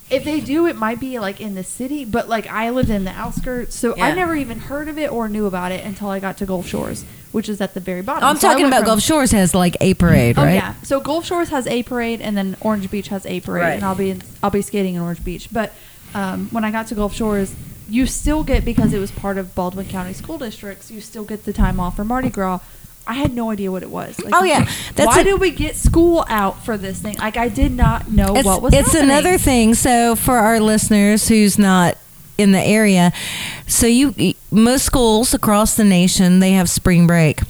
If they do, it might be like in the city, but like I lived in the outskirts, so I Yeah. never even heard of it or knew about it until I got to Gulf Shores, which is at the very bottom. Oh, I'm Oh, So I talking went about from- Gulf Shores has like a parade, Oh right? yeah. So Gulf Shores has a parade, and then Orange Beach has a parade, Right. and I'll be in, I'll be skating in Orange Beach. But um, when I got to Gulf Shores, you still get because it was part of Baldwin County School Districts. You still get the time off for Mardi Gras. I had no idea what it was. Like, Oh, yeah. That's why a- did we get school out for this thing? Like I did not know It's, Oh, what was. it's happening. another thing. So for our listeners who's not in the area, so you most schools across the nation they have spring break.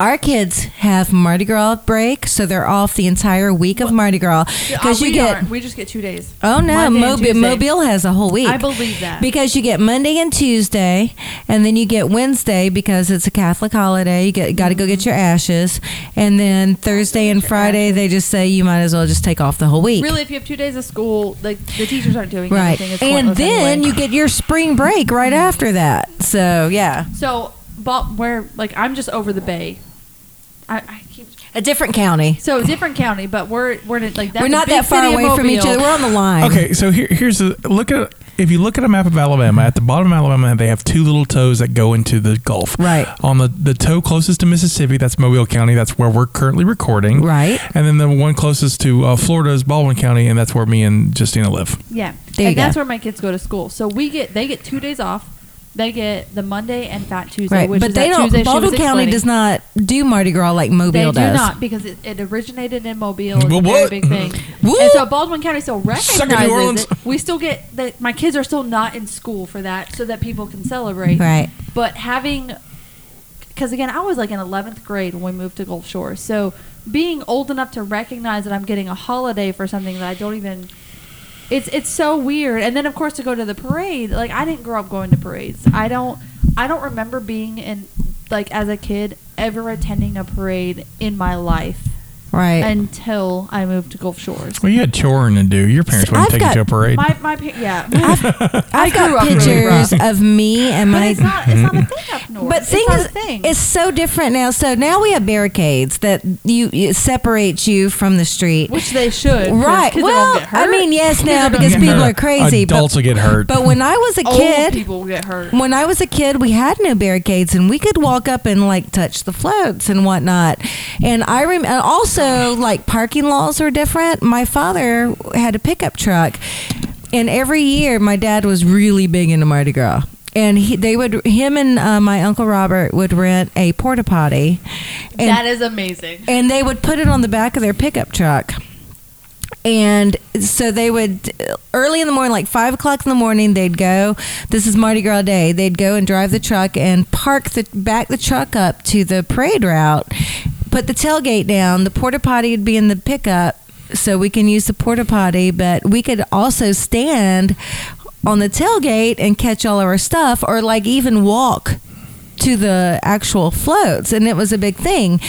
Our kids have Mardi Gras break, so they're off the entire week of Mardi Gras because Uh, you we get. aren't. we just get two days. Oh no, Monday and Mobile, Tuesday. Mobile has a whole week. I believe that. Because you get Monday and Tuesday, and then you get Wednesday because it's a Catholic holiday. You get got to go get Mm-hmm. your ashes, and then Thursday and Friday they just say you might as well just take off the whole week. Really, if you have two days of school, like the teachers aren't doing Right. anything. It's And pointless then anyway. you get your spring break right Mm-hmm. after that. So, yeah. So, but where like I'm just over the bay. I, I keep A different county. so different county, but we're we're in, like that's We're a not big that far city of away from each Mobile. other. We're on the line. Okay, so here, here's a look at if you look at a map of Mm-hmm. Alabama, at the bottom of Alabama, they have two little toes that go into the Gulf. Right. On the, the toe closest to Mississippi, that's Mobile County. That's where we're currently recording. Right. And then the one closest to uh, Florida is Baldwin County, and that's where me and Justina live. Yeah, There you and that's go. where my kids go to school. So we get they get two days off. They get the Monday and Fat Tuesday, Right. which But is they that don't, Tuesday she Baldwin was County explaining. does not do Mardi Gras like Mobile They do does. not because it, it originated in Mobile. It's Well, a very what? big thing. Woo! And so Baldwin County still it, New Orleans. recognizes it. We still get that my kids are still not in school for that, so that people can celebrate. Right. But having, because again, I was like in eleventh grade when we moved to Gulf Shore, so being old enough to recognize that I'm getting a holiday for something that I don't even. It's it's so weird, and then of course to go to the parade. Like I didn't grow up going to parades. I don't I don't remember being in like as a kid ever attending a parade in my life. Right. until I moved to Gulf Shores. Well, you had choring to do. Your parents wouldn't I've take got- you to a parade. My, my pa- yeah. I've grew got up really pictures rough. of me and But my. it's not, it's not a thing up north. But It's thing not is, a thing. it's so different now. So now we have barricades that you it separates you from the street. which they should. 'cause Right. kids Well, don't get hurt. I mean, yes, Kids now don't because get people hurt. are crazy. Adults but, will get hurt. But when I was a Old kid, people get hurt. when I was a kid, we had no barricades, and we could walk up and like touch the floats and whatnot. And I rem- and also like parking laws were different. My father had a pickup truck, and every year my dad was really big into Mardi Gras. And he, they would, him and uh, my uncle Robert would rent a porta potty, and that is amazing. and they would put it on the back of their pickup truck. And so they would early in the morning, like five o'clock in the morning, they'd go. This is Mardi Gras day. They'd go and drive the truck and park the back the truck up to the parade route, put the tailgate down. The porta potty would be in the pickup, so we can use the porta potty, but we could also stand on the tailgate and catch all of our stuff, or like even walk to the actual floats and it was a big thing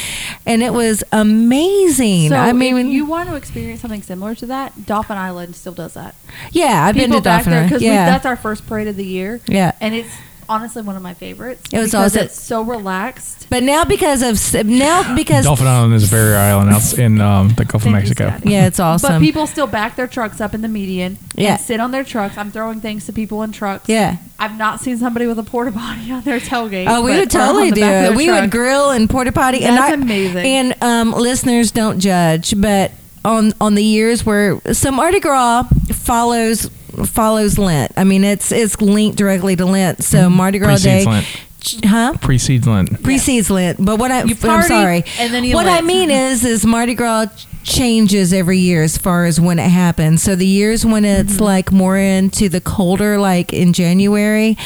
and it was amazing So i if mean you want to experience something similar to that, Dolphin Island still does that. yeah i've been to People back there, dolphin Island. we- yeah that's our first parade of the year. Yeah. and it's honestly one of my favorites. It was because also- it's so relaxed. but now because of s- now because Dolphin Island is a barrier island out in um, the Gulf of Thank you, Mexico. Scotty. yeah it's awesome But people still back their trucks up in the median Yeah. and sit on their trucks. I'm throwing things to people in trucks. Yeah. I've not seen somebody with a porta potty on their tailgate. Oh, we but- would or on totally the do back it. of their We truck. would grill and porta potty. and That's I, amazing. And um, listeners, don't judge, but on on the years where some Mardi Gras follows follows Lent. I mean, it's it's linked directly to Lent. So Mardi Gras Mm-hmm. Precedes Day, Lent. Ch- huh? Precedes Lent. precedes Lent. But what I, You I'm party, sorry, and then you Mm-hmm. what I Lent. mean is, is Mardi Gras changes every year as far as when it happens. So the years when it's Mm-hmm. like more into the colder, like in January,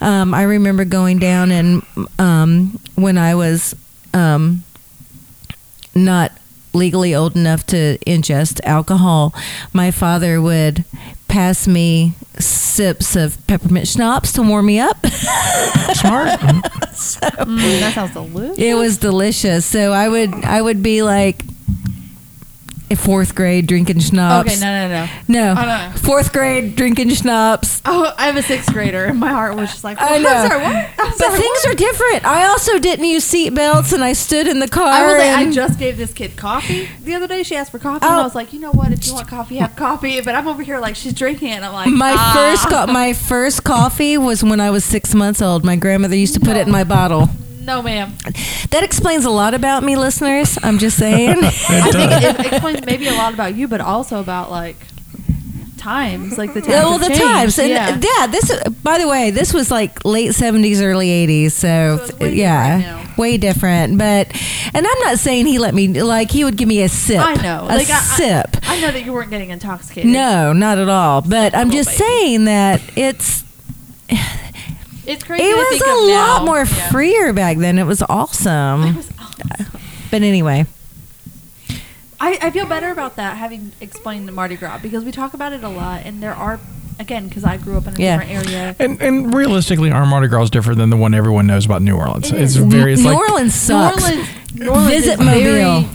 um, I remember going down and um, when I was um, not legally old enough to ingest alcohol, my father would pass me sips of peppermint schnapps to warm me up. Smart. Mm-hmm. Mm, that sounds delicious. It was delicious. So I would I would be like in fourth grade drinking schnapps. Okay, no, no, no. no. Oh, no, no. Fourth grade drinking schnapps. Oh, I have a sixth grader, and my heart was just like, I "What? know. I'm sorry, what? I'm but sorry, things are different. I also didn't use seatbelts and I stood in the car. I was like, I and- just gave this kid coffee the other day. She asked for coffee, and Oh. I was like, you know what? If you want coffee, have coffee. But I'm over here like she's drinking, it, and I'm like, my ah. first co- my first coffee was when I was six months old. My grandmother used to put it in my bottle. No, ma'am. That explains a lot about me, listeners. I'm just saying. I think it, it explains maybe a lot about you, but also about like times, like the times. Yeah, well, have the changed. times and yeah. yeah. this. By the way, this was like late seventies, early eighties. So, So it's way different yeah, now. way different. But and I'm not saying he let me like he would give me a sip. I know. a Like, I- I- sip. I know that you weren't getting intoxicated. no, not at all. But I'm Little just baby. saying that it's it's crazy. it to was think a of lot now. more Yeah. freer back then. It was It awesome. was awesome. But anyway, I, I feel better about that having explained the Mardi Gras because we talk about it a lot, and there are again because I grew up in a Yeah. different area. And, and realistically, our Mardi Gras is different than the one everyone knows about New Orleans. It it's is. very, it's New like, Orleans sucks. New Orleans, New Orleans Visit is Mobile. very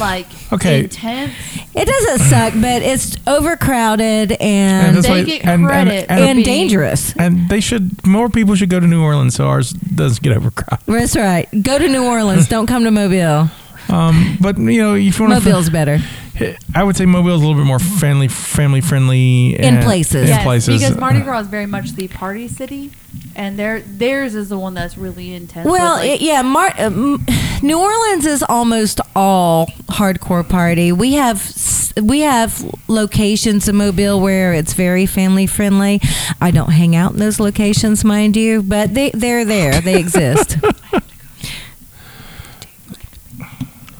like Okay. intense. It doesn't suck, but it's overcrowded and That's they why- get and- and- credit and- for and being- dangerous. and they should, more people should go to New Orleans so ours doesn't get overcrowded. That's right. Go to New Orleans. Don't come to Mobile. Um, but, you know, if you want Mobile's better. to, I would say Mobile's a little bit more family, family friendly. In and- places. In Yes, places. because Mardi Gras is very much the party city, and their theirs is the one that's really intense. with, Well, like, it, yeah, Mar- um, New Orleans is almost all hardcore party. We have s- we have locations in Mobile where it's very family friendly. I don't hang out in those locations, mind you, but they they're there. They exist.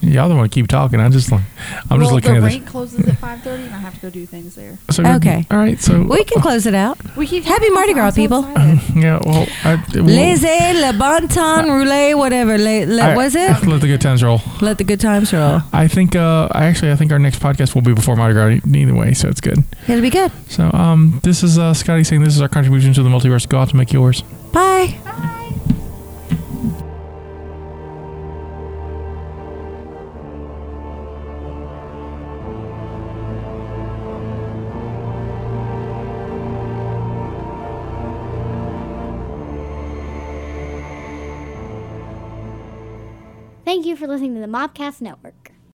Y'all don't want to keep talking. I just, like, I'm well, just looking the at rink this. closes at five thirty, and I have to go do things there. So good. Okay. All right. So, we can close it out. We keep Happy talking Mardi about- I'm Gras, people. excited. yeah, well, I, well Laissez le bon temps rouler, whatever. Le, le, I- was it? Oh. Let the good times roll. Let the good times roll. I think uh, I actually I think our next podcast will be before Mardi Gras either way, so it's good. It'll be good. So um, this is uh, Scotty saying this is our contribution to the multiverse. Go out to make yours. Bye. Thank you for listening to the Mobcast Network.